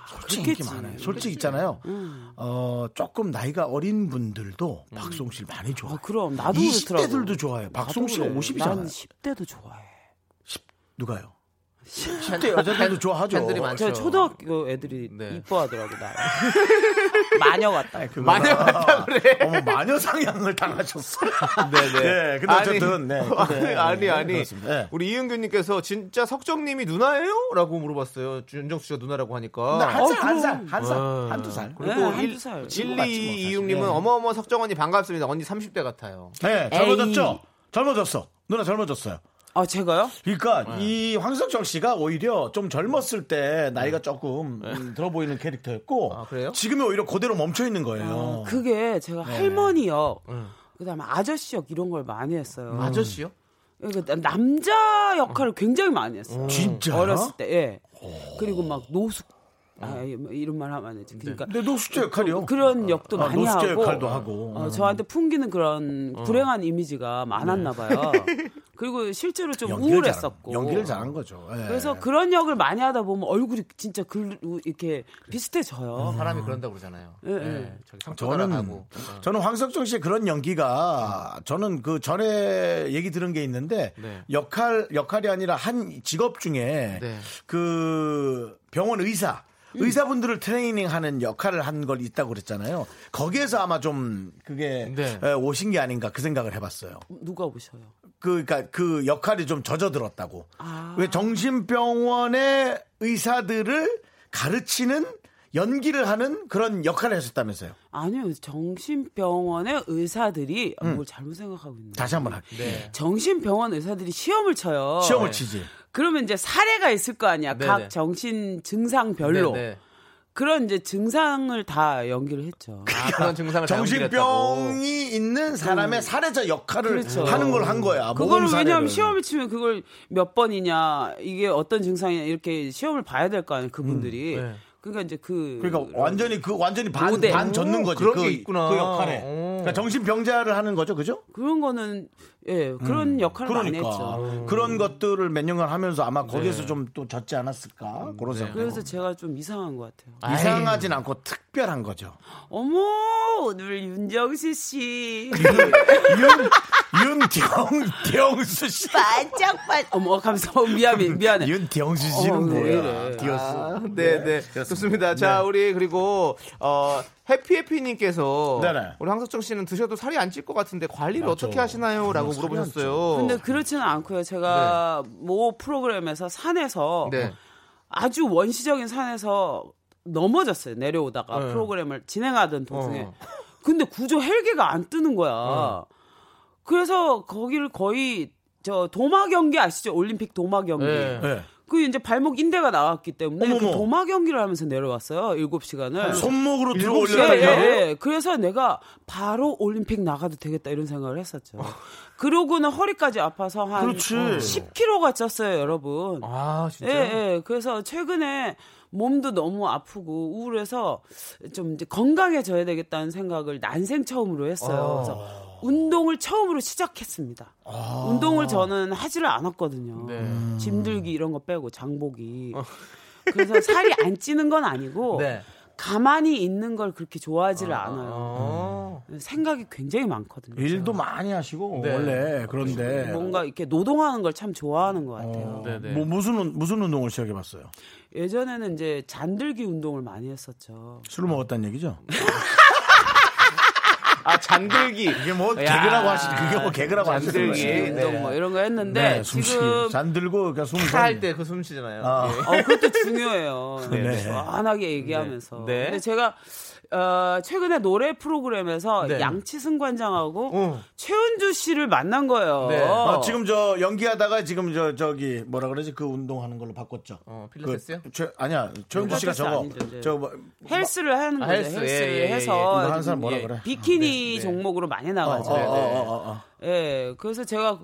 솔직히 인기 음. 그렇겠지. 음. 많아요. 솔직히 있잖아요. 어 조금 나이가 어린 분들도 박송 씨를 많이 좋아해요. 아, 그럼 나도 20대들도 그렇더라고. 좋아해요. 박송 씨가 나도 그래. 50이잖아요. 난 10대도 좋아해. 누가요? 10대 여자들도 좋아하죠. 그렇죠. 팬들이 많죠. 저 초등학교 애들이 네. 이뻐하더라고 나. (laughs) 마녀 같다. 네, 마녀 같다 그래. 어머 마녀 상향을 당하셨어요. 네네. 예, 근데 어쨌든, 네, 근데, (laughs) 아니, 네, 아니. 그렇습니다. 예. 우리 이은규님께서 진짜 석정님이 누나예요? 라고 물어봤어요. 윤정수 씨가 누나라고 하니까. 한 살, 한 살, 그럼. 한 살, 한두 살. 그리고 네, 한두 살. 친구 같지 뭐, 사실. 1226님은 네. 어머어머 석정 언니 반갑습니다. 언니 30대 같아요. 네, 젊어졌죠? 젊어졌어. 누나 젊어졌어요. 아 제가요? 그러니까 이 황석정 씨가 오히려 좀 젊었을 때 나이가 조금 음, 들어 보이는 캐릭터였고 아, 그래요? 지금이 오히려 그대로 멈춰 있는 거예요. 아, 그게 제가 네. 할머니 역, 그다음에 아저씨 역 이런 걸 많이 했어요. 음. 아저씨요? 그러니까 나- 남자 역할을 굉장히 많이 했어요. 진짜요? 어렸을 때, 예. 그리고 막 노숙 아, 이- 뭐 이런 말 하면 안 되지. 그러니까 근데 노숙자 역할이요. 그런 역도 아, 많이 노숙자 하고, 역할도 하고. 음. 어. 어, 저한테 풍기는 그런 불행한 이미지가 많았나 (laughs) 봐요. 그리고 실제로 좀 네. 연기를 잘한- 우울했었고 연기를 잘한 거죠. 예. 그래서 그런 역을 많이 하다 보면 얼굴이 진짜 글 이렇게 비슷해져요. 어, 사람이 그런다고 그러잖아요. 음. 예, 예. 네. 예, 저기 상처 저는 따라가고. 어. 저는 황석정 씨의 그런 연기가 저는 그 전에 얘기 들은 게 있는데 네. 역할 역할이 아니라 한 직업 중에 네. 음. 그 병원 의사 의사분들을 트레이닝하는 역할을 한 걸 있다고 그랬잖아요. 거기에서 아마 좀 그게 네. 에, 오신 게 아닌가 그 생각을 해봤어요. 누가 오셔요? 그, 그니까 그 역할이 좀 젖어들었다고. 아. 왜 정신병원의 의사들을 가르치는 연기를 하는 그런 역할을 했었다면서요. 아니요, 정신병원의 의사들이 아, 뭘 잘못 생각하고 있네. 음. 다시 한번 할게요. 정신병원 의사들이 시험을 쳐요. 시험을 치지. 그러면 이제 사례가 있을 거 아니야. 네네. 각 정신 증상별로 네, 네. 그런 이제 증상을 다 연기를 했죠. 아, 그런 증상을 다 연기를 했다고. 정신병이 있는 사람의 사례자 역할을 음. 그렇죠. 하는 걸 한 거야. 그거를 모범 왜냐하면 사례를. 시험을 치면 그걸 몇 번이냐 이게 어떤 증상이냐 이렇게 시험을 봐야 될 거 아니에요 그분들이. 네. 그러니까 이제 그 음, 그러니까 완전히 그 완전히 반, 모델. 음, 반 젖는 오, 거지. 그런 그, 게 있구나. 그 역할에. 어. 오. 그러니까 정신병자를 하는 거죠, 그죠? 그런 거는 예 그런 역할을 많이 그러니까 했죠. 네. 그런 것들을 몇 년간 하면서 아마 거기에서 좀 또 젖지 않았을까 그런 생각. 음, 그래서 제가 좀 이상한 것 같아요. 이상하진 않고 특별한 거죠. 어머 오늘 윤정수 씨 윤 윤디영수 씨. (laughs) 반짝반 어머 감사합니다 미안해 (laughs) 미안해 윤디영수 씨는 네. 어, 왜 뭐야? 이래. 디어스. 아, 네, 네. 좋습니다. 자, 우리 그리고 어 해피해피님께서 네네. 우리 황석정 씨는 드셔도 살이 안 찔 것 같은데 관리를 맞아. 어떻게 하시나요?라고 살이 안 물어보셨어요. 근데 그렇지는 않고요. 제가 네. 모 프로그램에서 산에서 네. 아주 원시적인 산에서 넘어졌어요. 내려오다가 네. 프로그램을 진행하던 도중에. 어. 근데 구조 헬기가 안 뜨는 거야. 그래서 거기를 거의 저 도마 경기 아시죠? 올림픽 도마 경기. 네. 네. 그 이제 발목 인대가 나왔기 때문에 그 어머머. 도마 경기를 하면서 내려왔어요. 7시간을. 손목으로 들어 예, 올렸다고요? 예, 예. 그래서 내가 바로 올림픽 나가도 되겠다 이런 생각을 했었죠. 그러고는 허리까지 아파서 한 어. 그렇지. 10kg가 쪘어요, 여러분. 아, 진짜. 예, 예. 그래서 최근에 몸도 너무 아프고 우울해서 좀 이제 건강해져야 되겠다는 생각을 난생 처음으로 아. 했어요. 그래서 운동을 처음으로 시작했습니다. 아. 운동을 저는 하지를 않았거든요. 네. 짐들기 이런 거 빼고 장보기. 어. 그래서 살이 안 찌는 (laughs) 건 아니고 네. 가만히 있는 걸 그렇게 좋아하지를 않아요. 어. 생각이 굉장히 많거든요. 일도 많이 하시고 네. 원래 그런데 뭔가 이렇게 노동하는 걸 참 좋아하는 것 같아요. 어, 네, 네. 뭐 무슨 운- 무슨 운동을 시작해 봤어요? 예전에는 이제 잔들기 운동을 많이 했었죠. 술을 먹었다는 얘기죠? 아, 잔들기. 이게 뭐 개그라고 하시 그게 뭐 개그라고 하시는 잔들기. 거예요. 네. 운동 뭐 이런 거 했는데 네, 숨 쉬기. 지금 잔 들고 그냥 숨 할 쉬는 때 그 숨 쉬잖아요. 아. 예. 어, 그것도 중요해요. (laughs) 네. 시원하게 얘기하면서. 네. 네. 근데 제가 어, 최근에 노래 프로그램에서 네. 양치승 관장하고 어. 최은주 씨를 만난 거예요. 네. 어. 아, 지금 저 연기하다가 지금 저 저기 뭐라 그러지 그 운동하는 걸로 바꿨죠. 어, 필라테스요? 그 최- 아니야 최영주 필라테스 씨가 저거 아니죠, 이제. 저거 뭐- 헬스를 하는 아, 거죠. 헬스. 헬스. 를 예, 예, 예, 해서 운동하는 지금 예, 사람 뭐라 예. 그래? 아, 비키니 네, 네. 종목으로 많이 어, 나가죠. 어, 어, 어, 어, 어. 예, 그래서 제가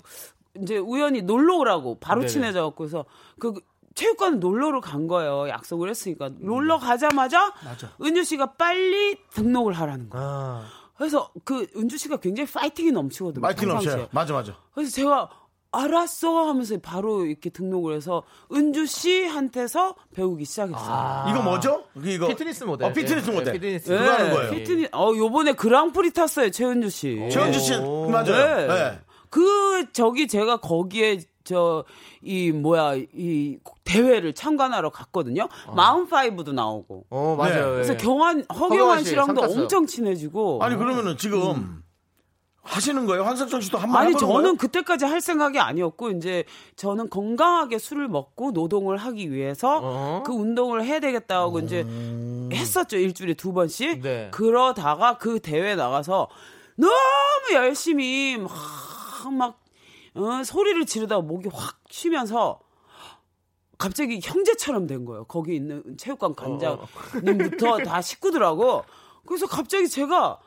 이제 우연히 놀러 오라고 바로 네네. 친해져갖고 그래서 그 체육관 놀러를 간 거예요. 약속을 했으니까 음. 놀러 가자마자 은주 씨가 빨리 등록을 하라는 거예요. 아. 그래서 그 은주 씨가 굉장히 파이팅이 넘치거든요. 마이킹 평상시에. 넘쳐요. 맞아 맞아. 그래서 제가 알았어 하면서 바로 이렇게 등록을 해서 은주 씨한테서 배우기 시작했어요. 이거 뭐죠? 이게 이거 피트니스 모델. 어, 피트니스 예, 모델. 예, 피트니스. 그거 예, 아, 하는 거예요. 피트니- 어, 요번에 그랑프리 탔어요, 최은주 씨. 최영주 씨 오. 맞아요. 예. 네. 네. 그 저기 제가 거기에 저 이 뭐야 이 대회를 참관하러 갔거든요. 마흔 파이브도 나오고. 어, 맞아요. 그래서 예. 경환 허경환 허경환 씨, 씨랑도 삼 땄어요. 엄청 친해지고. 아니 그러면은 지금 하시는 거예요? 황석정 씨도 한번 아니 해보는 저는 거예요? 그때까지 할 생각이 아니었고 이제 저는 건강하게 술을 먹고 노동을 하기 위해서 어. 그 운동을 해야 되겠다고 이제 음. 했었죠 일주일에 두 번씩 네. 그러다가 그 대회 나가서 너무 열심히 막, 막 어, 소리를 지르다 가 목이 확 쉬면서 갑자기 형제처럼 된 거예요 거기 있는 어, 체육관 관장님부터 다 식구들하고 그래서 갑자기 제가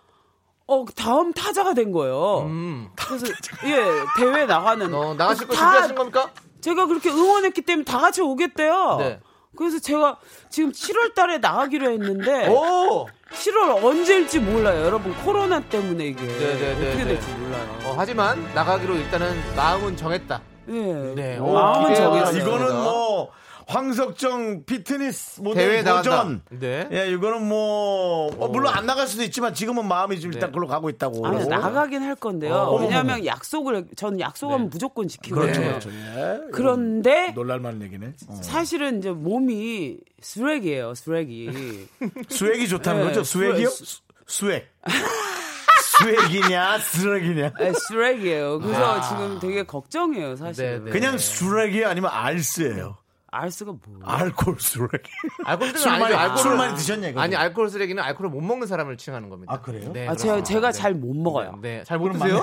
어 다음 타자가 된 음. 거예요. (laughs) 그래서 예 대회 나가는 음. 어, 나가실 거 다 준비하신 겁니까? 제가 그렇게 응원했기 때문에 다 같이 오겠대요. 네. 그래서 제가 지금 7월 달에 나가기로 했는데 오! 7월 언제일지 몰라요. 여러분 코로나 때문에 이게 네네네. 어떻게 될지 몰라요. 어, 하지만 나가기로 일단은 마음은 정했다. 예. 네. 어, 아, 마음은 오, 저기서 기대가 이거는 있습니다. 뭐 황석정 피트니스 대회 모델 나간다. 도전. 네. 예, 이거는 뭐 어, 물론 안 나갈 수도 있지만 지금은 마음이 좀 일단 네. 그걸로 가고 있다고. 아니 나가긴 할 건데요. 어, 왜냐하면 약속을 전 약속하면 네. 무조건 지키거든요. 그렇죠, 그렇죠. 예. 런데 음, 놀랄만한 얘기네. 어. 사실은 이제 몸이 쓰레기예요, 쓰레기. 수액이 좋다는 예, 거죠? 수액, 수액이요? 수- 수- 수액. 수액이냐, 쓰레기냐. 아, 쓰레기예요. 그래서 지금 되게 걱정이에요, 사실. 아. 네, 네. 그냥 수액이 아니면 알스예요. 알스가 뭐예요? 알코올 수액. 알코올은 술 많이- 아니죠. 알코올은- 술 많이 드셨냐, 이거는? 아니 알코올 쓰레기는 알코올을 못 먹는 사람을 칭하는 겁니다. 아, 그래요? 네, 아, 제가, 그렇습니다. 제가 네. 잘 못 먹어요. 네, 잘 못 드세요?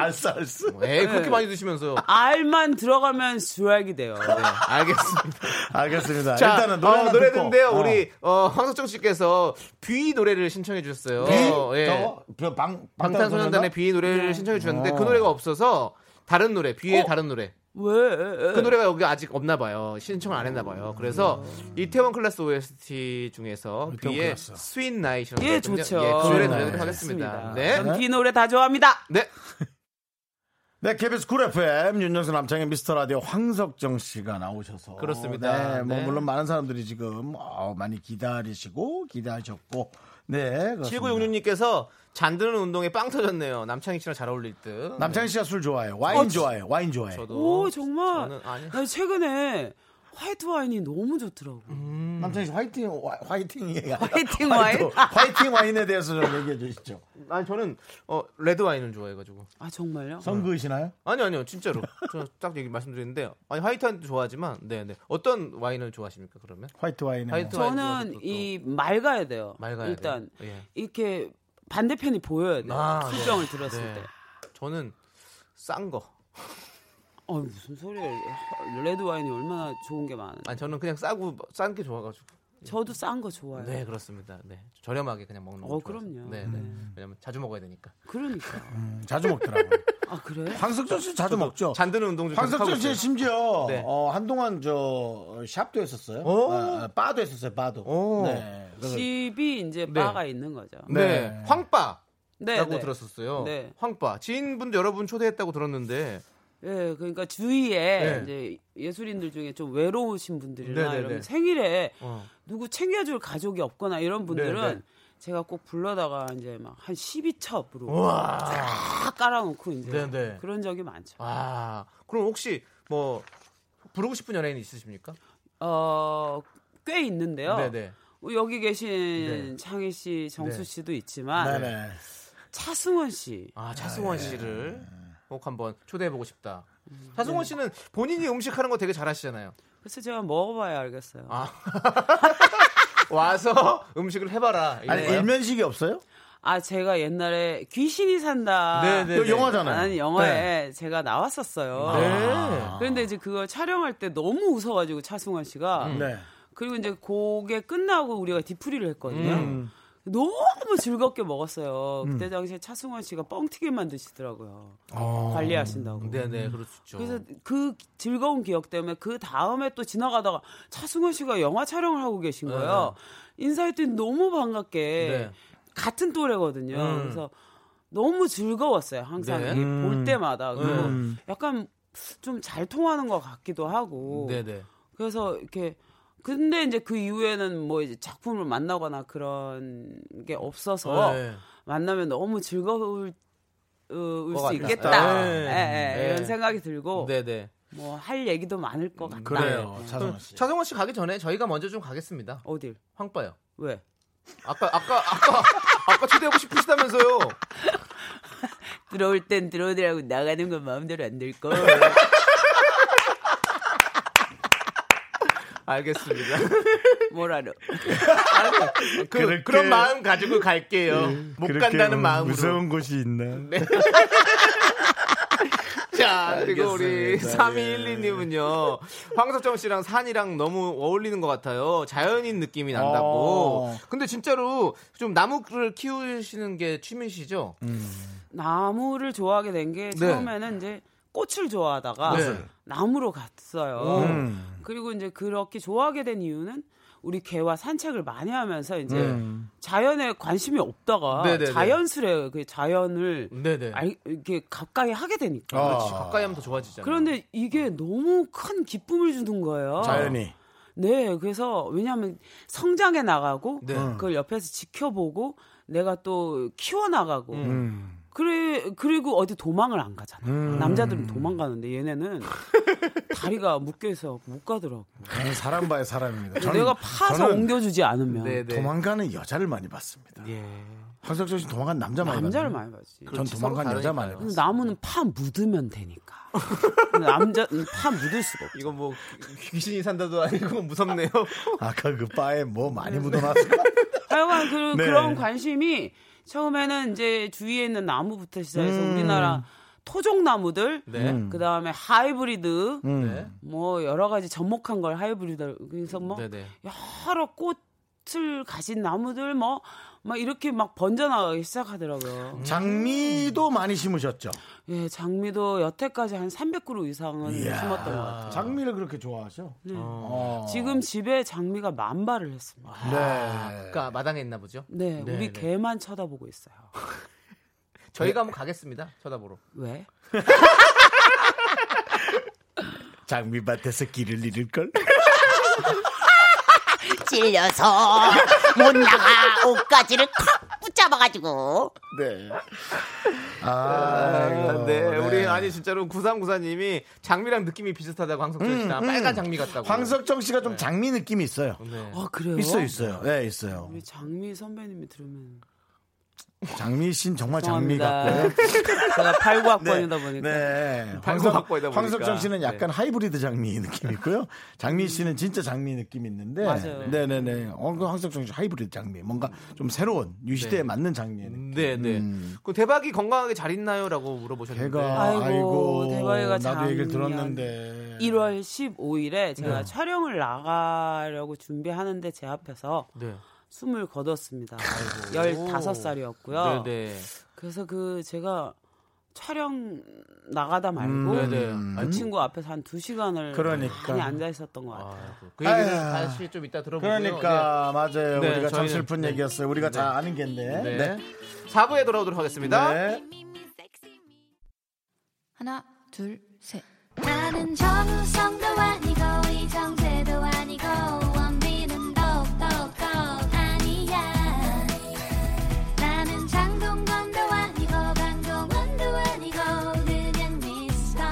알스, 알스. 어? 에이 그렇게 많이 드시면서요. 알만 들어가면 쓰레기 돼요. 네, 알겠습니다. 알겠습니다. 자, 아, 일단은 노래 어, 하나 노래 듣고. 듣는데요. 어. 우리 어, 황석정 씨께서 뷔 노래를 신청해 주셨어요. 비? 어, 예. 저거? 네. 어. 방- 방, 방탄소년단의 뷔 노래를 신청해 주셨는데 그 노래가 없어서 다른 노래, 뷔의 다른 노래. 왜? 그 노래가 여기 아직 없나 봐요. 신청을 안 했나 봐요. 그래서 음. 이태원 클라스 OST 중에서 뷔의 클라스. 스윗 나잇이라는 예, 노래 굉장히- 좋죠. 예, 그 노래 스윗 들려드리도록 나잇. 하겠습니다. 네. 네. 전비 노래 다 좋아합니다. 네. 네, KBS 쿨 FM 윤정수 남창의 미스터 라디오 황석정 씨가 나오셔서 그렇습니다. 네, 뭐 네. 물론 많은 사람들이 지금 어, 많이 기다리시고 기대하셨고, 네. 7966님께서 잔드는 운동에 빵 터졌네요. 남창희 씨랑 잘 어울릴 듯. 남창희 씨가 술 좋아해요. 와인 좋아해요. 와인 좋아해. 요 어, 저도. 오, 정말. 어, 저는 아니. 나 최근에 화이트 와인이 너무 좋더라고. 음. 음. 남창희 씨 화이팅 와, 화이팅이에요. 화이팅 와인? 화이팅 와인에 대해서 좀 얘기해 주시죠. 아니 저는 어, 레드 와인을 좋아해가지고. 아, 정말요? 선그이시나요? 아니 아니요 진짜로. 저딱 얘기 말씀드리는데 아니 화이트 와인도 좋아하지만 네네 어떤 와인을 좋아하십니까 그러면? 화이트 와인에 뭐. 화이트 와인 좋아서 저는 또- 이 맑아야 돼요. 맑아야 일단 돼요? 예. 이렇게 반대편이 보여야 돼요. 아, 술병을 네. 들었을 네. 때. 저는 싼 거. 어 무슨 소리예요? 레드 와인이 얼마나 좋은 게 많은데. 아니 저는 그냥 싸고 싼 게 좋아가지고. 저도 싼 거 좋아해요. 네 그렇습니다. 네 저렴하게 그냥 먹는 거. 어, 좋아해서. 그럼요. 네, 네. 왜냐면 자주 먹어야 되니까. 그러니까. 음, 자주 먹더라고요. 아 그래? 황석정 씨 자주 먹죠. 잔드는 운동 좀. 계속 네. 하고 황석정 씨 있어요. 심지어 네. 어, 한동안 저 샵도 했었어요. 오. 아, 바도 했었어요. 바도. 오. 네. 그래서 집이 이제 바가 있는 거죠. 네. 네. 황빠. 네. 라고 네. 들었었어요. 네. 황빠 지인분도 여러분 초대했다고 들었는데 예, 그러니까 네. 주위에 이제 예술인들 중에 좀 외로우신 분들이나 네, 네, 이런 네. 생일에 어. 누구 챙겨줄 가족이 없거나 이런 분들은 네, 네. 제가 꼭 불러다가 이제 막 한 12첩으로 와. 다 깔아놓고 이제 어? 네, 네. 그런 적이 많죠. 아 그럼 혹시 뭐 부르고 싶은 연예인 있으십니까? 어, 꽤 있는데요. 네네. 어, 여기 계신 네. 창희 씨, 정수 네. 씨도 있지만 아, 네네. 차승원 씨. 아 차승원 예. 씨를 음. 꼭 한번 초대해보고 싶다. 음. 네. 차승원 씨는 본인이 음식 하는 거 되게 잘하시잖아요. 그래서 제가 먹어봐야 알겠어요. 아, 아. 와서 (laughs) 음식을 해봐라. 아니 이거예요? 일면식이 없어요? 아, 제가 옛날에 귀신이 산다. 네네. 이거 영화잖아요. 네. 라는 영화에 제가 나왔었어요. 아, 네. 그런데 이제 그걸 촬영할 때 너무 웃어가지고 차승원 씨가 네. 그리고 이제 그게 끝나고 우리가 디프리를 했거든요. 음. 너무 즐겁게 먹었어요. 그때 당시에 차승원 씨가 뻥튀기 만드시더라고요. 아. 관리하신다고. 네네 그럴 수 있죠. 그래서 그 즐거운 기억 때문에 그 다음에 또 지나가다가 차승원 씨가 영화 촬영을 하고 계신 거예요. 인사했더니 너무 반갑게 네. 같은 또래거든요. 음. 그래서 너무 즐거웠어요. 항상 네. 이볼 때마다 그리고 음. 약간 좀 잘 통하는 것 같기도 하고. 네네. 그래서 이렇게 근데 이제 그 이후에는 뭐 이제 작품을 만나거나 그런 게 없어서 네. 만나면 너무 즐거울 어, 울수 같다. 있겠다 네. 예, 예, 네. 이런 생각이 들고 네네. 뭐 할 얘기도 많을 것 같다. 그래요. 어, 차승원 씨. 차승원 음, 씨 가기 전에 저희가 먼저 좀 가겠습니다. 어딜? 황빠요. 왜? 아까 아까 아까 아까 초대하고 싶으시다면서요. 들어올 땐 들어오더라고 나가는 건 마음대로 안 될 거. (laughs) (laughs) 알겠습니다. 뭐라로? 아니, 그, 그렇게- 그런 마음 가지고 갈게요. 뭐 못 간다는 마음으로. 곳이 있나? 자, 그리고 우리 알겠습니다. 3212님은요. 황석정 씨랑 산이랑 너무 어울리는 것 같아요. 자연인 느낌이 난다고. 어. 근데 진짜로 좀 나무를 키우시는 게 취미시죠? 나무를 좋아하게 된 게 처음에는 이제 꽃을 좋아하다가 네. 나무로 갔어요. 그리고 이제 그렇게 좋아하게 된 이유는 우리 개와 산책을 많이 하면서 이제 음. 자연에 관심이 없다가 네네네. 자연스레 그 자연을 네네. 알, 이렇게 가까이 하게 아, 되니까. 그렇지. 가까이 하면 더 좋아지잖아요. 그런데 이게 너무 큰 기쁨을 주는 거예요. 자연이. 네, 그래서 왜냐하면 성장해 나가고 네. 그걸 옆에서 지켜보고 내가 또 키워 나가고 음. 그래 그리고 어디 도망을 안 가잖아. 음. 요 남자들은 (laughs) 도망가는데 얘네는 다리가 묶여 있어 못 가더라고. 저는 사람 바의 사람입니다. 저는- 내가 파서 저는 옮겨주지 않으면 네네. 도망가는 여자를 많이 봤습니다. 예. 황석철 씨 도망간 남자 많이 남자를 봤나요? 많이 봤지. 전 도망간 서로 여자 다르니까요. 많이 봤어요. 근데 나무는 파 묻으면 (laughs) 되니까. 근데 남자 파 묻을 수가 없어. 이건 뭐 귀신이 산다도 아니고 무섭네요. 아까 그 바에 뭐 많이 묻어놨을까? 하여간 그, 네. 그런 관심이 처음에는 이제 주위에 있는 나무부터 시작해서 음. 우리나라 토종나무들, 네. 음. 그 다음에 (laughs) 하이브리드, 음. 네. 뭐 여러 가지 접목한 걸 하이브리드, 그래서 뭐 네네. 여러 꽃을 가진 나무들 뭐, 막 이렇게 막 번져나가기 시작하더라고요. 장미도 많이 심으셨죠. 예, 장미도 여태까지 한 300그루 이상은 이야. 심었던 것 같아요. 네. 장미를 그렇게 좋아하죠? 어. 지금 집에 장미가 만발을 했습니다. 네. 그러니까 마당에 있나 보죠. 네, 네, 네. 우리 개만 쳐다보고 있어요. 저희가 한번 가겠습니다. 쳐다보러. 왜? 장미밭에서 길을 잃을 걸. 찔려서 못 나가 옷가지를 콱 붙잡아가지고 (laughs) 네. 아, 이거, 네, 우리 아니 진짜로 구삼구사님이 장미랑 느낌이 비슷하다고 황석철 음, 씨랑 빨간 장미 같다고. 황석정 씨가 좀 장미 느낌이 있어요. 네. 아, 그래요? 있어 있어요. 네, 있어요. 우리 장미 선배님이 들으면 (laughs) 장미 씬 정말 아, 장미 같고요. 죄송합니다. (laughs) 제가 89학번이다 보니까 네. 발고 바꿔이다 보니까. 황석정 씨는 약간 하이브리드 장미 느낌 있고요. 장미 씨는 진짜 장미 느낌 있는데. 맞아요. 네네네. 어, 그 황석정 씨 하이브리드 장미. 뭔가 좀 새로운 유시대에 맞는 장미의 느낌. 음. 네, 네. 그 대박이 건강하게 잘 있나요라고 물어보셨는데. 걔가 아이고, 아이고, 대박이가 나도 얘기를 장미한- 들었는데. 1월 15일에 네. 제가 촬영을 나가려고 준비하는데 제 앞에서 네. 숨을 거뒀습니다. 15살이었고요. 네, 네. 그래서 그 제가 촬영 나가다 말고 네, 네. 그 친구 앞에서 한 2시간을 음, 그러니까. 많이 앉아 있었던 것 같아요. 아이고. 그 얘기를 아휴. 다시 좀 이따 들어보고요. 예. 그러니까 맞아요. 네, 우리가 참 저희는- 슬픈 네. 얘기였어요. 우리가 다 아는 겐데. 네. 네. 사부에 돌아오도록 하겠습니다. 네. 하나 둘셋 나는 정우성도 아니고 이정재도 아니고 원빈은 더욱더 아니야 나는 장동건도 아니고 강동원도 아니고 그냥 미스터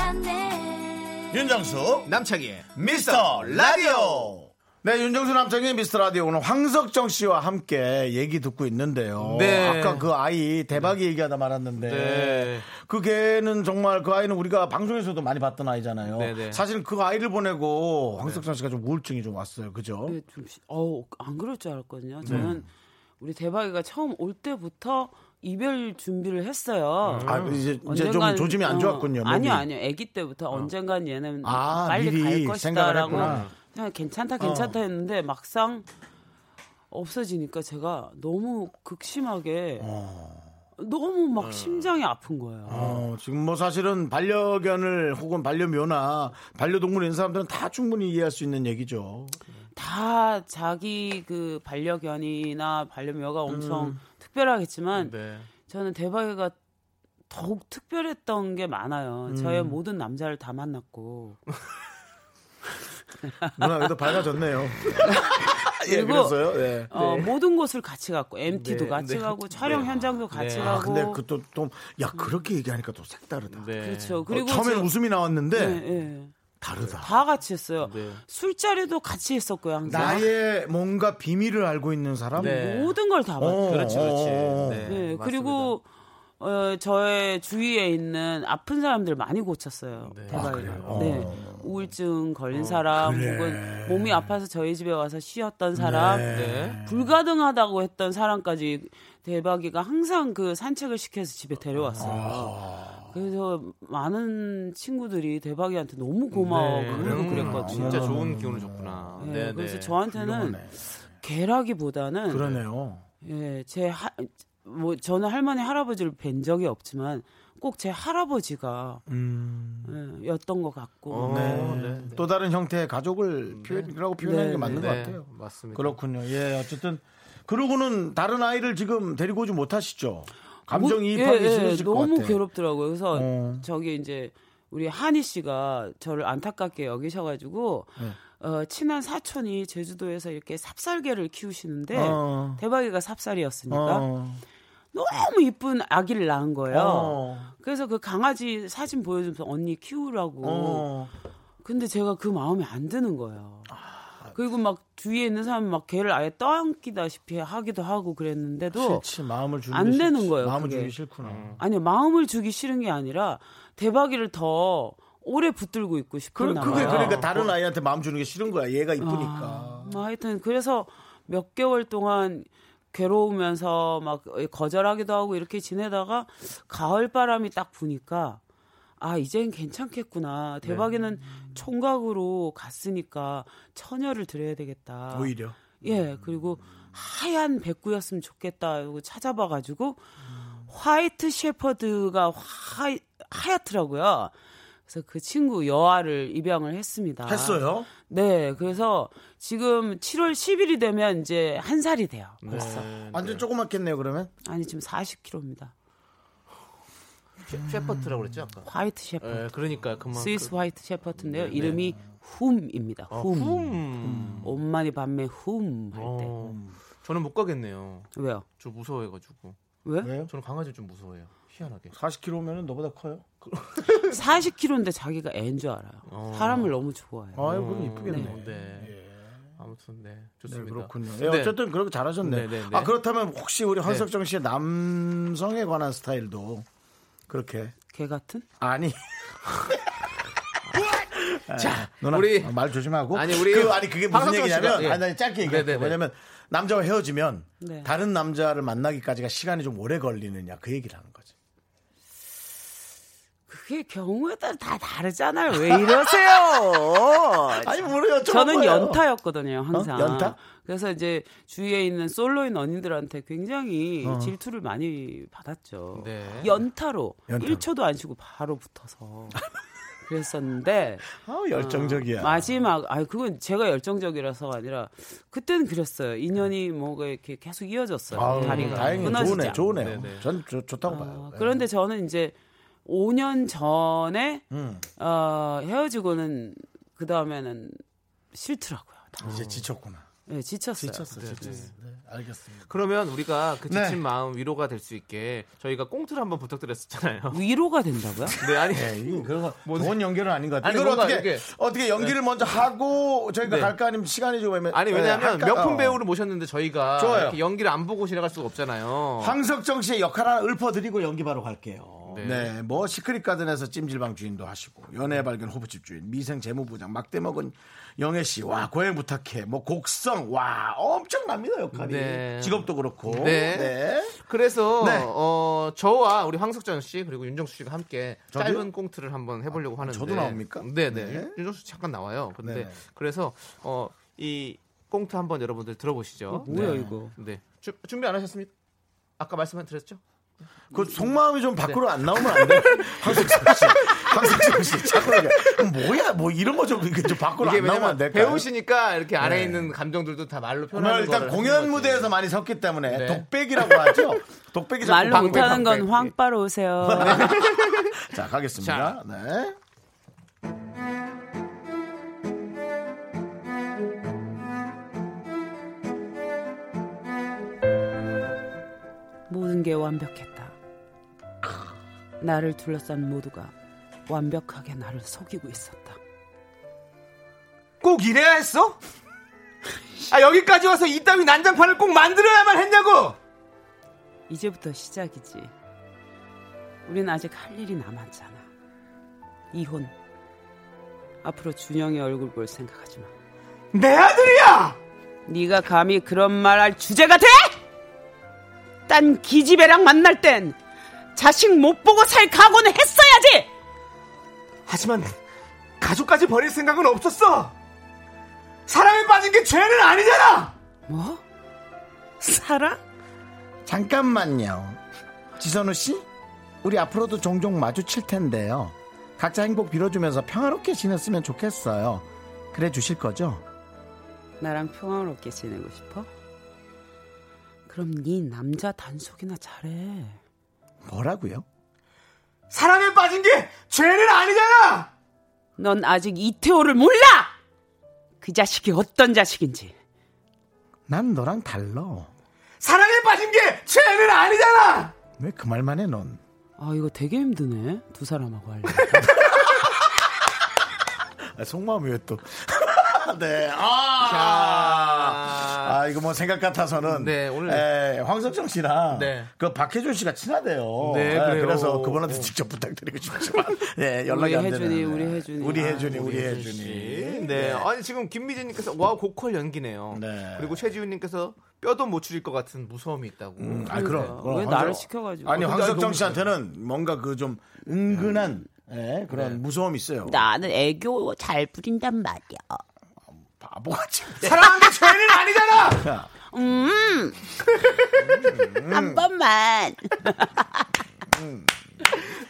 미스터란데 윤정수 남창희의 미스터 라디오. 네, 윤정수 남창의 미스터 라디오 오늘 황석정 씨와 함께 얘기 듣고 있는데요. 네. 아까 그 아이 대박이 얘기하다 말았는데 네. 그 걔는 정말 그 아이는 우리가 방송에서도 많이 봤던 아이잖아요. 네, 네. 사실 그 아이를 보내고 황석정 씨가 좀 우울증이 좀 왔어요. 네. 그죠? 네, 좀, 시- 어우, 안 그럴 줄 알았거든요. 저는 우리 대박이가 처음 올 때부터 이별 준비를 했어요. 아, 이제 이제 좀 언젠간- 조짐이 안 어, 좋았군요. 몸이. 어. 아니요, 아니요. 아기 때부터 언젠간 얘는 아, 빨리 미리 갈 생각을 것이다라고 했구나. 어. 그냥 괜찮다, 괜찮다 했는데 막상 없어지니까 제가 너무 극심하게 너무 막 심장이 아픈 거예요. 어, 지금 뭐 사실은 반려견을 혹은 반려묘나 반려동물인 사람들은 다 충분히 이해할 수 있는 얘기죠. 다 자기 그 반려견이나 반려묘가 엄청 음. 특별하겠지만 네. 저는 대박이가 더욱 특별했던 게 많아요. 저의 모든 남자를 다 만났고 누나 그래도 (laughs) 밝아졌네요. 예, 그리고- 그래서요. 예. 어, 모든 곳을 같이 갔고 MT도 네, 같이 네. 가고 촬영 네. 현장도 같이 네. 가고 아, 근데 그또좀야 그렇게 얘기하니까 또 색다르다. 네. 그렇죠. 그리고 그리고 처음엔 저- 웃음이 나왔는데 네, 네. 다르다. 다 같이 했어요. 네. 술자리도 같이 했었고요. 항상 나의 뭔가 비밀을 알고 있는 사람. 네. 모든 걸 다 봤어요. 어, 그렇지, 그렇지. 어, 어. 네. 네, 맞습니다. 그리고 어, 저의 주위에 있는 아픈 사람들 많이 고쳤어요. 아, 대박이에요. 네. 어. 우울증 걸린 사람 혹은 몸이 아파서 저희 집에 와서 쉬었던 사람 네. 불가능하다고 했던 사람까지 대박이가 항상 그 산책을 시켜서 집에 아. 데려왔어요. 아, 그래서 많은 친구들이 대박이한테 너무 고마워 네. 그러고 그랬거든요. 그랬거든요. 음, 진짜 좋은 기운을 줬구나. 네, 네, 그래서 네. 저한테는 훌륭하네. 개라기보다는 그러네요. 예, 제 하, 뭐 저는 할머니 할아버지를 뵌 적이 없지만 꼭 제 할아버지가 예, 였던 것 같고 네. 또 다른 형태의 가족을 표현이라고 표현하는 네, 게 맞는 네. 것 네, 같아요. 맞습니다. 그렇군요. 예, 어쨌든 그러고는 다른 아이를 지금 데리고 오지 못하시죠. 감정 뭐, 이입하기 예, 예, 싫으실 것 너무 같아요. 괴롭더라고요. 그래서 어. 저기 이제 우리 한희 씨가 저를 안타깝게 여기셔가지고 네. 어, 친한 사촌이 제주도에서 이렇게 삽살개를 키우시는데 어. 대박이가 삽살이었으니까 어. 너무 이쁜 아기를 낳은 거예요. 어. 그래서 그 강아지 사진 보여주면서 언니 키우라고. 어. 근데 제가 그 마음에 안 드는 거예요. 아, 그리고 막 뒤에 있는 사람 막 걔를 아예 떠안기다시피 하기도 하고 그랬는데도 싫지 마음을 주는 안 게 싫지. 되는 거예요, 마음을 그게. 주기 싫구나. 아니 마음을 주기 싫은 게 아니라 대박이를 더 오래 붙들고 있고 그, 싶은 그게 나봐요. 그러니까 다른 아이한테 마음 주는 게 싫은 거야. 얘가 이쁘니까. 뭐 하여튼 그래서 몇 개월 동안 괴로우면서 막 거절하기도 하고 이렇게 지내다가 가을 바람이 딱 부니까 아 이젠 괜찮겠구나 네. 대박이는 총각으로 갔으니까 처녀를 드려야 되겠다 오히려. 음. 예 그리고 하얀 백구였으면 좋겠다 이거 찾아봐 가지고 화이트 셰퍼드가 화 하얗더라고요 그래서 그 친구 여아를 입양을 했습니다 했어요? 네, 그래서 지금 7월 10일이 되면 이제 한 살이 돼요. 벌써. 완전 조그맣겠네요, 그러면. 아니 지금 40kg입니다. 셰퍼트라고 그랬죠 아까. 화이트 셰퍼, 예, 그러니까 그만. 스위스 화이트 셰퍼트인데요. 이름이 훔입니다. 훔. 엄마니 밤에 훔. 할 때. 그, 어. 저는 못 가겠네요. 왜요? 저 무서워해가지고. 왜? 왜요? 저는 강아지 좀 무서워해요. 희한하게. 40kg면은 너보다 커요. 40kg인데 자기가 애인 줄 알아요. 사람을 너무 좋아해요. 아유, 그럼 이쁘겠네. 네. 아무튼 네 좋습니다. 그렇군요. 네. 네, 어쨌든 그렇게 잘하셨네. 네, 네, 네. 아 그렇다면 혹시 우리 황석정 씨의 남성에 관한 스타일도 그렇게 걔 같은? 아니. 자, 아, 누나 어, 우리- 말 조심하고. 아니, 우리 그, 아니 그게 무슨 황석정 얘기냐면 씨가- 예. 아니 나 짧게 얘기할게. 네, 네, 네. 왜냐면 남자와 헤어지면 네. 다른 남자를 만나기까지가 시간이 좀 오래 걸리느냐 그 얘기를 하는 거지. 그게 경우에 따라 다 다르잖아요. 왜 이러세요? 아니 모르요. 저는 연타였거든요, 항상. 어? 연타? 그래서 이제 주위에 있는 솔로인 언니들한테 굉장히 질투를 많이 받았죠. 네. 연타로, 연타로. 1초도 안 쉬고 바로 붙어서 그랬었는데 아, 열정적이야. 어, 마지막 아 그건 제가 열정적이라서가 아니라 그때는 그랬어요. 인연이 뭐가 이렇게 계속 이어졌어요. 아우, 다리가 다행히 끊어지지 좋네, 네. 않고. 좋네. 네, 네. 전 좋, 좋다고 어, 봐요. 그런데 저는 이제 5년 전에 음. 어, 헤어지고는 그 다음에는 싫더라고요. 다. 이제 지쳤구나. 네, 지쳤어요. 지쳤어, 지쳤어. 네, 알겠습니다. 그러면 우리가 그 네. 지친 마음 위로가 될 수 있게 저희가 꽁트를 한번 부탁드렸었잖아요. (laughs) 위로가 된다고요? 네 아니 네, 이건 그거 좋은 연결은 아닌 것 같아요. 뭐, 아니, 이걸 뭔가 어떻게 이렇게- 어떻게 연기를 먼저 하고 저희가 네. 갈까 아니면 시간이 좀 애매. 아니 왜냐하면 할까? 명품 어. 배우를 모셨는데 저희가 좋아요. 이렇게 연기를 안 보고 지나갈 수가 없잖아요. 황석정 씨의 역할 하나 읊어드리고 연기 바로 갈게요. 어. 네. 네. 뭐 시크릿 가든에서 찜질방 주인도 하시고 연애 발견 호프집 주인, 미생 재무부장, 막대 먹은 영애 씨, 와 고행 부탁해, 뭐 곡성, 와 엄청납니다 역할이. 네. 직업도 그렇고. 네. 네. 그래서 네. 어, 저와 우리 황석전 씨 그리고 윤정수 씨가 함께 저도요? 짧은 꽁트를 한번 해보려고 하는데 저도 나옵니까? 아, 네네 네. 윤정수 씨 잠깐 나와요. 근데 네네. 그래서 어, 이 꽁트 한번 여러분들 들어보시죠. 뭐야 네. 이거? 네 주- 준비 안 하셨습니까? 아까 말씀만 드렸죠? 그 속마음이 좀 밖으로 안 나오면 안 (laughs) 돼. 황석정 씨, 황석정 씨 자꾸 이게 뭐야 뭐 이런 거 좀 좀 밖으로 이게 안 나오면 왜냐면 네. 안 될까요? 배우시니까 이렇게 안에 있는 감정들도 다 말로 정말 표현하는 일단 거를 공연 하는 거지. 무대에서 많이 섰기 때문에 네. 독백이라고 하죠. 독백이 자꾸 말로 방패, 못하는 건 방패. 황바로 오세요. (laughs) 자 가겠습니다. 네. 모든 게 완벽했다. 나를 둘러싼 모두가 완벽하게 나를 속이고 있었다. 꼭 이래야 했어? 아 여기까지 와서 이따위 난장판을 꼭 만들어야만 했냐고! 이제부터 시작이지. 우린 아직 할 일이 남았잖아. 이혼. 앞으로 준영의 얼굴 볼 생각하지 마. 내 아들이야! 네가 감히 그런 말 할 주제가 돼? 딴 기집애랑 만날 땐 자식 못 보고 살 각오는 했어야지. 하지만 가족까지 버릴 생각은 없었어. 사랑에 빠진 게 죄는 아니잖아. 뭐? 사랑? 잠깐만요. 지선우 씨, 우리 앞으로도 종종 마주칠 텐데요. 각자 행복 빌어주면서 평화롭게 지냈으면 좋겠어요. 그래 주실 거죠? 나랑 평화롭게 지내고 싶어? 그럼 네 남자 단속이나 잘해. 뭐라고요? 사랑에 빠진 게 죄는 아니잖아. 넌 아직 이태호를 몰라. 그 자식이 어떤 자식인지. 난 너랑 달러. 사랑에 빠진 게 죄는 아니잖아. 왜 그 말만 해 넌? 아 이거 되게 힘드네. 두 사람하고 할래. 아, 속마음이 왜 (laughs) 또? 네. 아. 아, 이거 뭐 생각 같아서는 네, 오늘- 에, 황석정 씨랑 네. 그 박혜준 씨가 친하대요. 네, 아, 그래요. 그래서 그분한테 직접 부탁드리고 (laughs) 싶지만 네, 연락이 우리 안 혜준이, 되는 우리 혜준이. 우리 아, 혜준이 우리 우리 혜준이. 네. 아니 지금 김미진님께서 와 고퀄 연기네요. 네. 그리고 최지훈님께서 뼈도 못 추릴 것 같은 무서움이 있다고. 음, 아 그럼, 그럼 왜 황석- 그러니까. 나를 시켜가지고? 아니 어, 근데 황석정 너무 씨한테는 뭔가 그 좀 은근한 네. 예, 그런 무서움이 있어요. (laughs) 나는 애교 잘 부린단 말이야. 바보같이. 네. 사랑한 게 죄는 아니잖아. 음. 한 번만.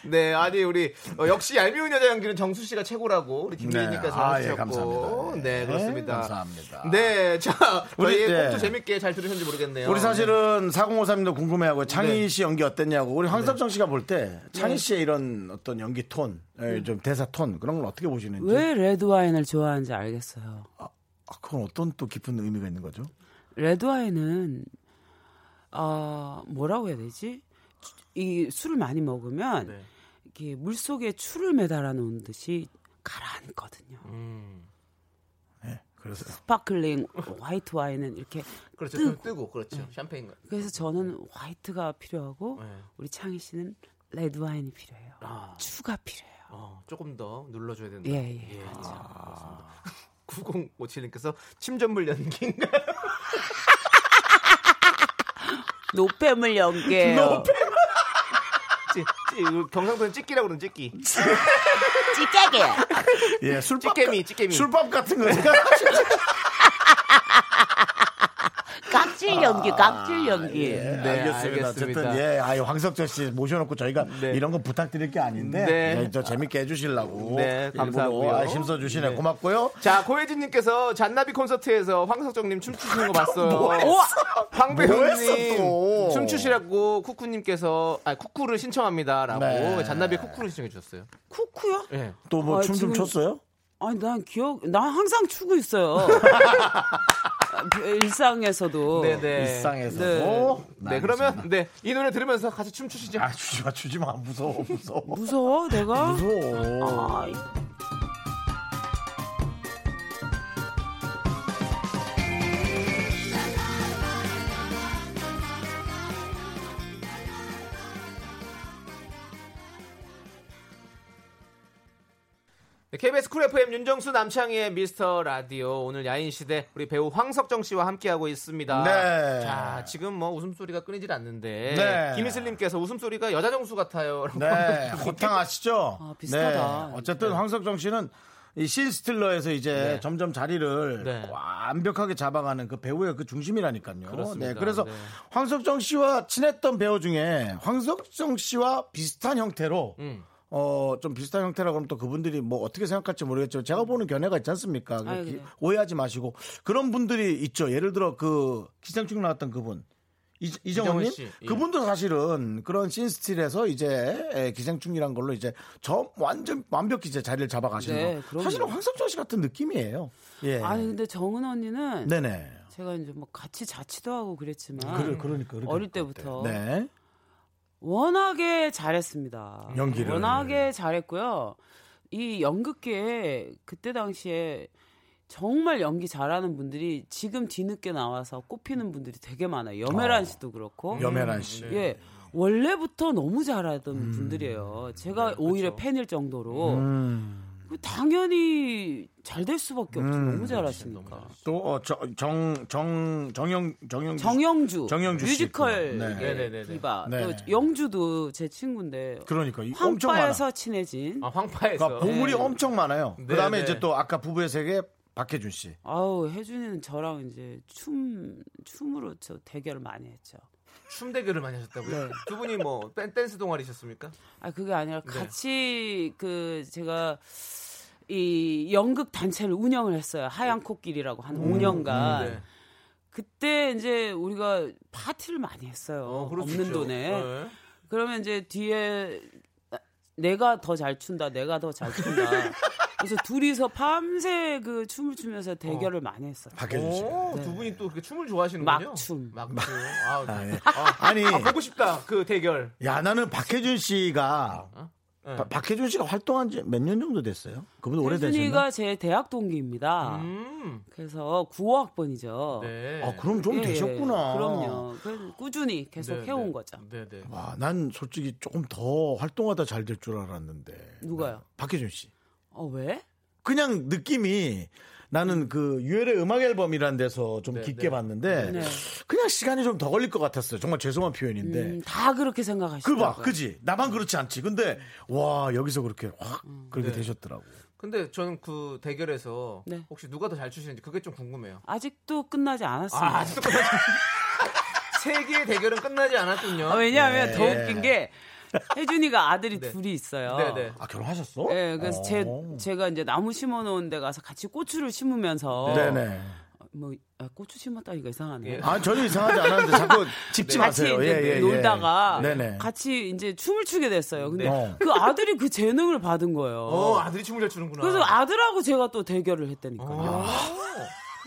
네, 아니 우리 어, 역시 얄미운 여자 연기는 정수 씨가 최고라고 우리 김민희님께서 아, 예, 하셨고, 감사합니다. 네, 네, 그렇습니다. 감사합니다. 네, 자 우리, 저희 네. 네. 도 재밌게 잘 들으셨는지 모르겠네요. 우리 사실은 4053님도 궁금해하고 네. 창희 씨 연기 어땠냐고 우리 황석정 씨가 볼 때 창희 씨의 이런 어떤 연기 톤, 음. 에, 좀 대사 톤 그런 걸 어떻게 보시는지 왜 레드와인을 좋아하는지 알겠어요. 아, 그건 어떤 또 깊은 의미가 있는 거죠? 레드와인은 아 뭐라고 해야 되지? 주- 이 술을 많이 먹으면 네. 이게 물 속에 추를 매달아 놓은 듯이 가라앉거든요. 그래서 스파클링 화이트 와인은 이렇게 그렇죠, 뜨고, 뜨고 그렇죠, 샴페인 같 그래서 저는 화이트가 필요하고 네. 우리 창희 씨는 레드 와인이 필요해요. 아. 추가 필요해요. 어, 조금 더 눌러줘야 된다. 예, 예. 맞습니다. (laughs) 9057님께서 침전물 연기인가? 노폐물 연계요. 찌- 찌- 이거 그 경상도는 찌끼라고 그러는 찌끼. 찌개게. 예 (laughs) 술밥 찌개미, 찌개미. 술밥 같은 거 (laughs) 깍질 연기, 깍질 연기. 예, 네, 알겠습니다. 어쨌든 예, 아유 황석정 씨 모셔놓고 저희가 네. 이런 거 부탁드릴 게 아닌데 네. 예, 저 재밌게 해주시려고 네, 일부러 감사하고요. 아, 힘써 주시네 네. 고맙고요. 자, 고혜진님께서 잔나비 콘서트에서 황석정님 춤추시는 거 봤어요. (laughs) 뭐 했어, 황배우님 또? 춤추시라고 쿠쿠님께서 아 쿠쿠를 신청합니다라고 네. 잔나비 쿠쿠를 신청해 주셨어요. 쿠쿠요? 예. 또 뭐 아, 춤 좀 지금- 췄어요? 아니 난 기억 난 항상 추고 있어요. (laughs) 그 일상에서도. 네네. 일상에서. 네. 오, 네, 아, 알겠습니다. 그러면 네 이 노래 들으면서 같이 춤 추시죠. 아 주지 마 주지 마 무서워 (laughs) 아, 무서워 무서워 내가? 무서워. 네. 아이, 네, KBS 쿨 FM 윤정수 남창희의 미스터 라디오 오늘 야인 시대 우리 배우 황석정 씨와 함께하고 있습니다. 네. 자 지금 뭐 웃음소리가 끊이질 않는데 네. 김희슬님께서 웃음소리가 여자 정수 같아요. 라고 네, 호탕 아시죠? 아, 비슷하다. 네, 어쨌든 황석정 씨는 이 신스틸러에서 이제 네. 점점 자리를 네. 완벽하게 잡아가는 그 배우의 그 중심이라니까요. 그렇습니다. 네, 그래서 네. 황석정 씨와 친했던 배우 중에 황석정 씨와 비슷한 형태로 음. 어, 좀 비슷한 형태라 그러면 또 그분들이 뭐 어떻게 생각할지 모르겠지만 제가 보는 견해가 있지 않습니까? 아유, 네. 기- 그래요. 오해하지 마시고 그런 분들이 있죠. 예를 들어 그 기생충 나왔던 그분. 이- 이정원 이정원님 씨, 예. 그분도 사실은 그런 씬스틸에서 이제 에, 기생충이란 걸로 이제 저 완전 완벽히 이제 자리를 잡아가시는 네, 거. 그럼요. 사실은 황석정 씨 같은 느낌이에요. 예. 아니 근데 정은 언니는 네네. 제가 이제 뭐 같이 자취도 하고 그랬지만 그러, 그러니까 그렇게 어릴 될 것 같아요. 때부터 네. 워낙에 잘했습니다. 연기를. 네. 워낙에 잘했고요. 이 연극계에 그때 당시에 정말 연기 잘하는 분들이 지금 뒤늦게 나와서 꼽히는 분들이 되게 많아요. 어. 염혜란 씨도 그렇고. 염혜란 씨. 음. 예. 원래부터 너무 잘하던 분들이에요. 제가 네, 오히려 그렇죠. 팬일 정도로. 음. 그 당연히 잘 될 수밖에 없죠. 너무 그렇죠. 잘하시니까. 어, 또정정 정영 정영 정영주, 정영주 씨 뮤지컬 있구나. 네. 예, 네네네네. 디바. 네. 또 영주도 제 친구인데 그러니까 이- 엄청 많아. 황파에서 친해진. 아, 황파에서 그러니까 보물이 엄청 많아요. 네, 그다음에 네. 이제 또 아까 부부의 세계 박해준 씨. 아우 혜준이는 저랑 이제 춤 춤으로 저 대결을 많이 했죠. 춤 대결을 많이 하셨다고요? 두 분이 뭐 댄, 스 동아리셨습니까? 아 그게 아니라 네. 같이 그 제가 이 연극 단체를 운영을 했어요. 하얀 코끼리라고 한 5년간. 네. 그때 이제 우리가 파티를 많이 했어요. 그럴 수 없는 있죠. 돈에. 네. 그러면 이제 뒤에 내가 더 잘 춘다, 내가 더 잘 춘다. (laughs) 그래서 둘이서 밤새 그 춤을 추면서 대결을 많이 했어요. 박해준 씨. 오, 두 분이 또 그렇게 춤을 좋아하시는군요. 그 네. 막춤. 막춤. 아, 아, 예. 아, 아니. 아, 보고 싶다. 그 대결. 야, 나는 박해준 씨가 네. 바- 박해준 씨가 활동한 지 몇 년 정도 됐어요? 그보다 오래되셨나? 혜준이가 제 대학 동기입니다. 음. 그래서 9호학번이죠. (laughs) 네. 아, 그럼 좀 되셨구나. 예, 그럼요. 그래서 꾸준히 계속 네, 해온 네. 거죠. 네, 네. 와, 난 솔직히 조금 더 활동하다 잘 될 줄 알았는데. 네, 누가요? 박해준 씨. 어 왜? 그냥 느낌이 나는 그 유엘의 음악 앨범이라는 데서 좀 깊게 네. 봤는데 네. 그냥 시간이 좀 더 걸릴 것 같았어요. 정말 죄송한 표현인데. 음, 다 네. 그렇게 그 생각하시더라고요. 봐, 그지? 나만 그렇지 않지. 근데 와 여기서 그렇게 확 그렇게 되셨더라고. 근데 저는 그 대결에서 네. 혹시 누가 더 잘 추시는지 그게 좀 궁금해요. 아직도 끝나지 않았습니다. 아, 아직도 끝나지 (laughs) 세계의 대결은 끝나지 않았군요. 아, 왜냐하면 네. 더 웃긴 게 혜준이가 아들이 네. 둘이 있어요. 네, 네. 아 결혼하셨어? 예, 그래서 어. 제, 제가 이제 나무 심어놓은 데 가서 같이 고추를 심으면서 네네. 뭐 아, 고추 심었다니까 이상하네. 예. 아 전혀 이상하지 않았는데 자꾸 짚지 네. 같이 마세요. 이제 예, 예, 예. 놀다가 네네. 같이 이제 춤을 추게 됐어요. 근데 네. 그 아들이 그 재능을 받은 거예요. 어, 아들이 춤을 잘 추는구나. 아. 그래서 아들하고 제가 또 대결을 했다니까요. (laughs)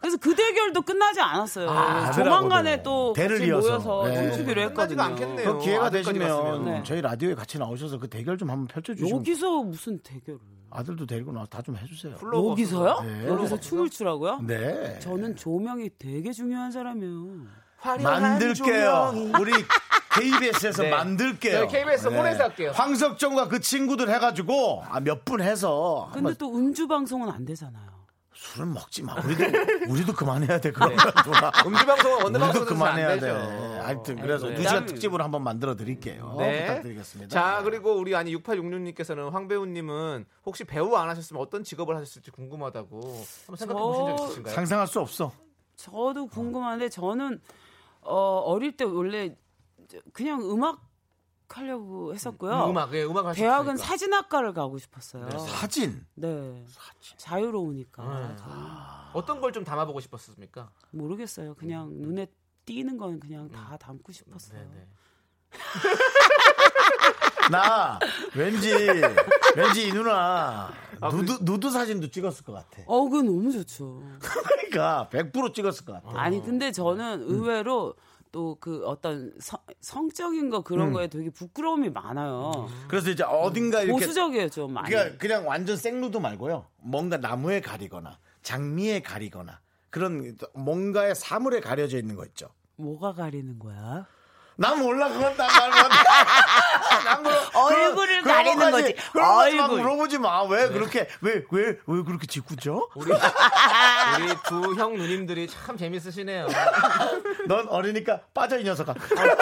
그래서 그 대결도 끝나지 않았어요. 그래서 아들하고도. 조만간에 또 대를 같이 이어서. 모여서 네. 춤추기로 했거든요. 끝나지가 않겠네요. 그 기회가 아들까지 되시면 갔으면. 어, 네. 저희 라디오에 같이 나오셔서 그 대결 좀 한번 펼쳐주시고 여기서 무슨 대결을? 아들도 데리고 나와 다좀 해주세요. 플로우가 여기서요? 없어서. 네. 여기서 춤을 추라고요? 네. 저는 조명이 되게 중요한 사람이에요. 화려한 조명이. 만들게요. 네. 우리 KBS에서 (laughs) 네. 만들게요. 네, KBS 혼에서 할게요. 황석정과 그 친구들 해가지고 아, 몇 분 해서 근데 한번 또 음주 방송은 안 되잖아요. 술은 먹지 마. 우리도 우리도 그만해야 돼. 네. 그런 누나. 음주 방송은 어느 우리도 방송에서 그만해야 안 돼. 되죠. 하여튼 그래서 네. 두 시간 네. 특집으로 한번 만들어 드릴게요. 부탁드리겠습니다. 네. 자, 그리고 우리 아니 6866님께서는 황배우님은 혹시 배우 안 하셨으면 어떤 직업을 하셨을지 궁금하다고 한번 생각해 보신 적 저- 있으신가요? 상상할 수 없어. 저도 궁금한데 저는 어, 어릴 때 원래 그냥 음악 하려고 했었고요. 음악, 예, 음악 하셨으니까. 대학은 사진학과를 가고 싶었어요. 사진. 네. 자유로우니까 네. 저는 어떤 걸 좀 담아보고 싶었습니까? 모르겠어요. 그냥 눈에 띄는 건 그냥 다 담고 싶었어요. 음. 네. 나 왠지 왠지 이 누나 아, 누드 누드 사진도 찍었을 것 같아. 어, 그건 너무 좋죠. 그러니까 100% 찍었을 것 같아. 아니 네. 근데 저는 음. 의외로 또 그 어떤 성, 성적인 거 그런 음. 거에 되게 부끄러움이 많아요. 그래서 이제 어딘가 이렇게 보수적이에요 좀 많이. 그러니까 그냥 완전 생루도 말고요. 뭔가 나무에 가리거나 장미에 가리거나 그런 뭔가의 사물에 가려져 있는 거 있죠. 뭐가 가리는 거야? 난 몰라 그건 난 (laughs) 말만. 얼굴을 가리는 거지. 그런 거막 얼굴. 네. 물어보지 마. 왜 그렇게 왜 왜 왜 그렇게 짓궂죠? 우리, 우리 두 형 누님들이 참 재밌으시네요. 넌 어리니까 빠져 이 녀석아. 네.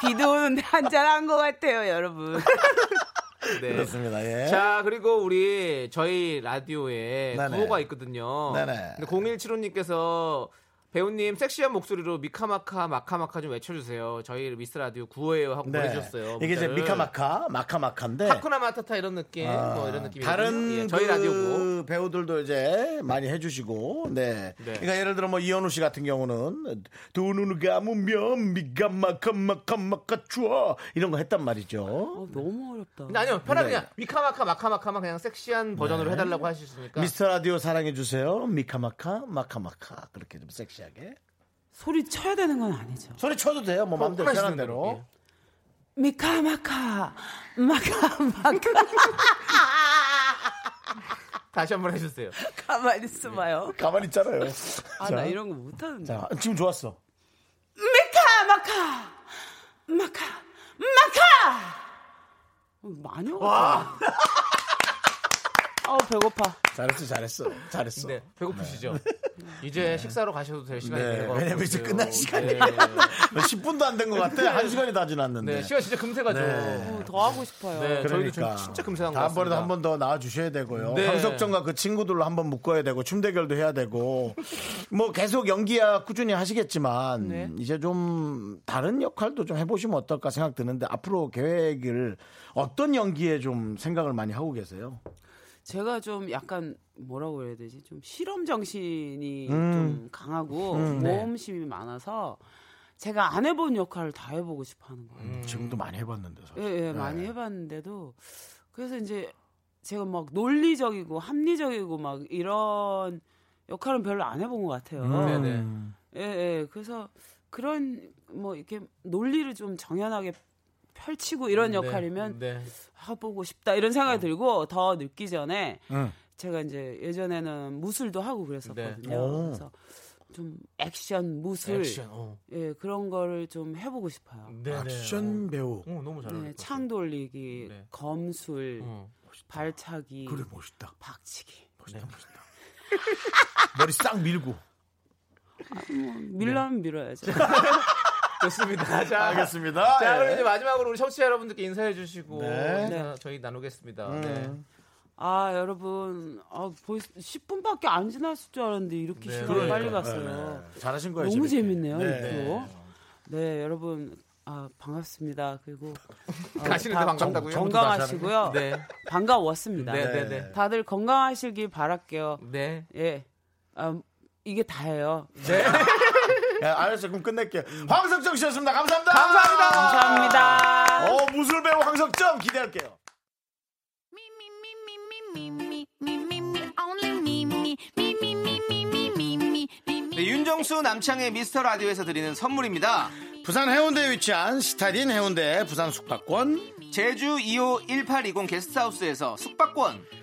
비도 오는데 한잔한 것 같아요 여러분. 네. 그렇습니다. 예. 자, 그리고 우리 저희 라디오에 네네. 구호가 있거든요. 네네. 근데 0175님께서 배우님 섹시한 목소리로 미카마카 마카마카 좀 외쳐주세요. 저희 미스 라디오 구호예요 하고 네. 보내주셨어요. 이게 이제 문자를. 미카마카 마카마카인데 타쿠나 마타타 이런 느낌, 아, 뭐 이런 느낌. 다른 저희 그 라디오고. 배우들도 이제 많이 해주시고, 네. 그러니까 예를 들어 뭐 이현우 씨 같은 경우는 두 눈을 감으면 미가 마카마카마카 추워 이런 거 했단 말이죠. 어, 너무 어렵다. 근데 아니요, 편하게 네. 그냥 미카마카 마카마카만 그냥 섹시한 버전으로 해달라고 하시니까. 미스터 라디오 사랑해 주세요. 미카마카 마카마카 그렇게 좀 섹시하게 소리 쳐야 되는 건 아니죠. 소리 쳐도 돼요. 어, 뭐 마음대로 편한 대로. 미카마카 마카마카 다시 한번 해주세요. (laughs) 가만히 있어봐요. 예. 가만히 있잖아요. 아 나 이런 거 못하는데. 자, 지금 좋았어. 미카마카 마카 어, 마카 많이 어렵다. (laughs) 어 배고파. 잘했어, 잘했어, 잘했어. 네, 배고프시죠? 이제 식사로 가셔도 될 시간이 네, 되는 것 같아요. 네. 왜냐면 이제 끝날 시간이에요. 10분도 안 된 것 같아. 한 시간이 다 지났는데. 네, 시간 진짜 금세 가죠. 네. 어, 더 하고 싶어요. 네, 저희도 그러니까. 좀 진짜 금세 한것 다음번에도 같습니다. 한 번 더 나와 주셔야 되고요. 네. 황석정과 그 친구들로 한 번 묶어야 되고 춤 대결도 해야 되고 뭐 계속 연기야 꾸준히 하시겠지만 네. 이제 좀 다른 역할도 좀 해보시면 어떨까 생각 드는데 앞으로 계획을 어떤 연기에 좀 생각을 많이 하고 계세요? 제가 좀 약간 뭐라고 해야 되지? 좀 실험 정신이 음. 좀 강하고 네. 모험심이 많아서 제가 안 해본 역할을 다 해보고 싶어하는 거예요. 음. 지금도 많이 해봤는데 사실. 예, 예, 네. 많이 해봤는데도 그래서 이제 제가 막 논리적이고 합리적이고 막 이런 역할은 별로 안 해본 것 같아요. 음. 네네. 음. 예, 예. 그래서 그런 뭐 이렇게 논리를 좀 정연하게 펼치고 이런 역할이면 네. 해보고 싶다 이런 어. 생각이 들고 더 늦기 전에 제가 이제 예전에는 무술도 하고 그랬었거든요. 네. 오. 그래서 좀 액션 무술 액션. 어. 예 그런 거를 좀 해보고 싶어요. 네, 네. 액션 배우. 어, 너무 잘 네, 어울릴 것 창 돌리기, 네. 검술, 같아요. 어. 발차기, 그래 멋있다. 박치기. 멋있다 멋있다. 머리 싹 밀고. 뭐, 밀라면 밀어야죠. 좋습니다. (laughs) 네. 자, 알겠습니다. 자, 그럼 예. 이제 마지막으로 우리 청취자 여러분들께 인사해 주시고 네. 인사 저희 나누겠습니다. 네. (laughs) 아 여러분, 아, 벌써 10분밖에 안 지났을 줄 알았는데 이렇게 네. 시간이 그러니까. 빨리 갔어요. 잘하신 거예요. 너무 재밌게. 재밌네요, 네. 이거. 네, 여러분 아, 반갑습니다. 그리고 가시는데 다 아, 반갑다고요? 건강하시고요. 네. (laughs) 반가웠습니다. 네, 네, 네. 다들 건강하시길 바랄게요. 네. 예. 아, 이게 다예요. 네. 야, 예, 알았어요. 그럼 끝낼게요. 황석정 씨였습니다. 감사합니다. 감사합니다. 어, 무술 배우 황석정 기대할게요. 네, 윤정수 남창의 미스터 라디오에서 드리는 선물입니다. 부산 해운대에 위치한 스타딘 해운대 부산 숙박권. 제주 2호 1820 게스트하우스에서 숙박권,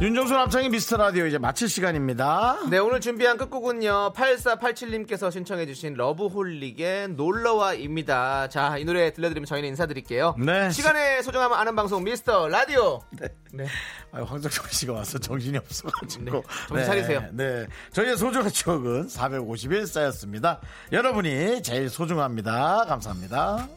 윤정수 남창의 미스터 라디오 이제 마칠 시간입니다. 네, 오늘 준비한 끝곡은요. 8487님께서 신청해주신 러브홀릭의 놀러와입니다. 자, 이 노래 들려드리면 저희는 인사드릴게요. 네. 시간의 소중함을 아는 방송 미스터 라디오. 네. 아유, 황정정 씨가 와서 정신이 없어가지고. 네, 정신 차리세요. 네. 저희의 소중한 추억은 451사였습니다. 여러분이 제일 소중합니다. 감사합니다.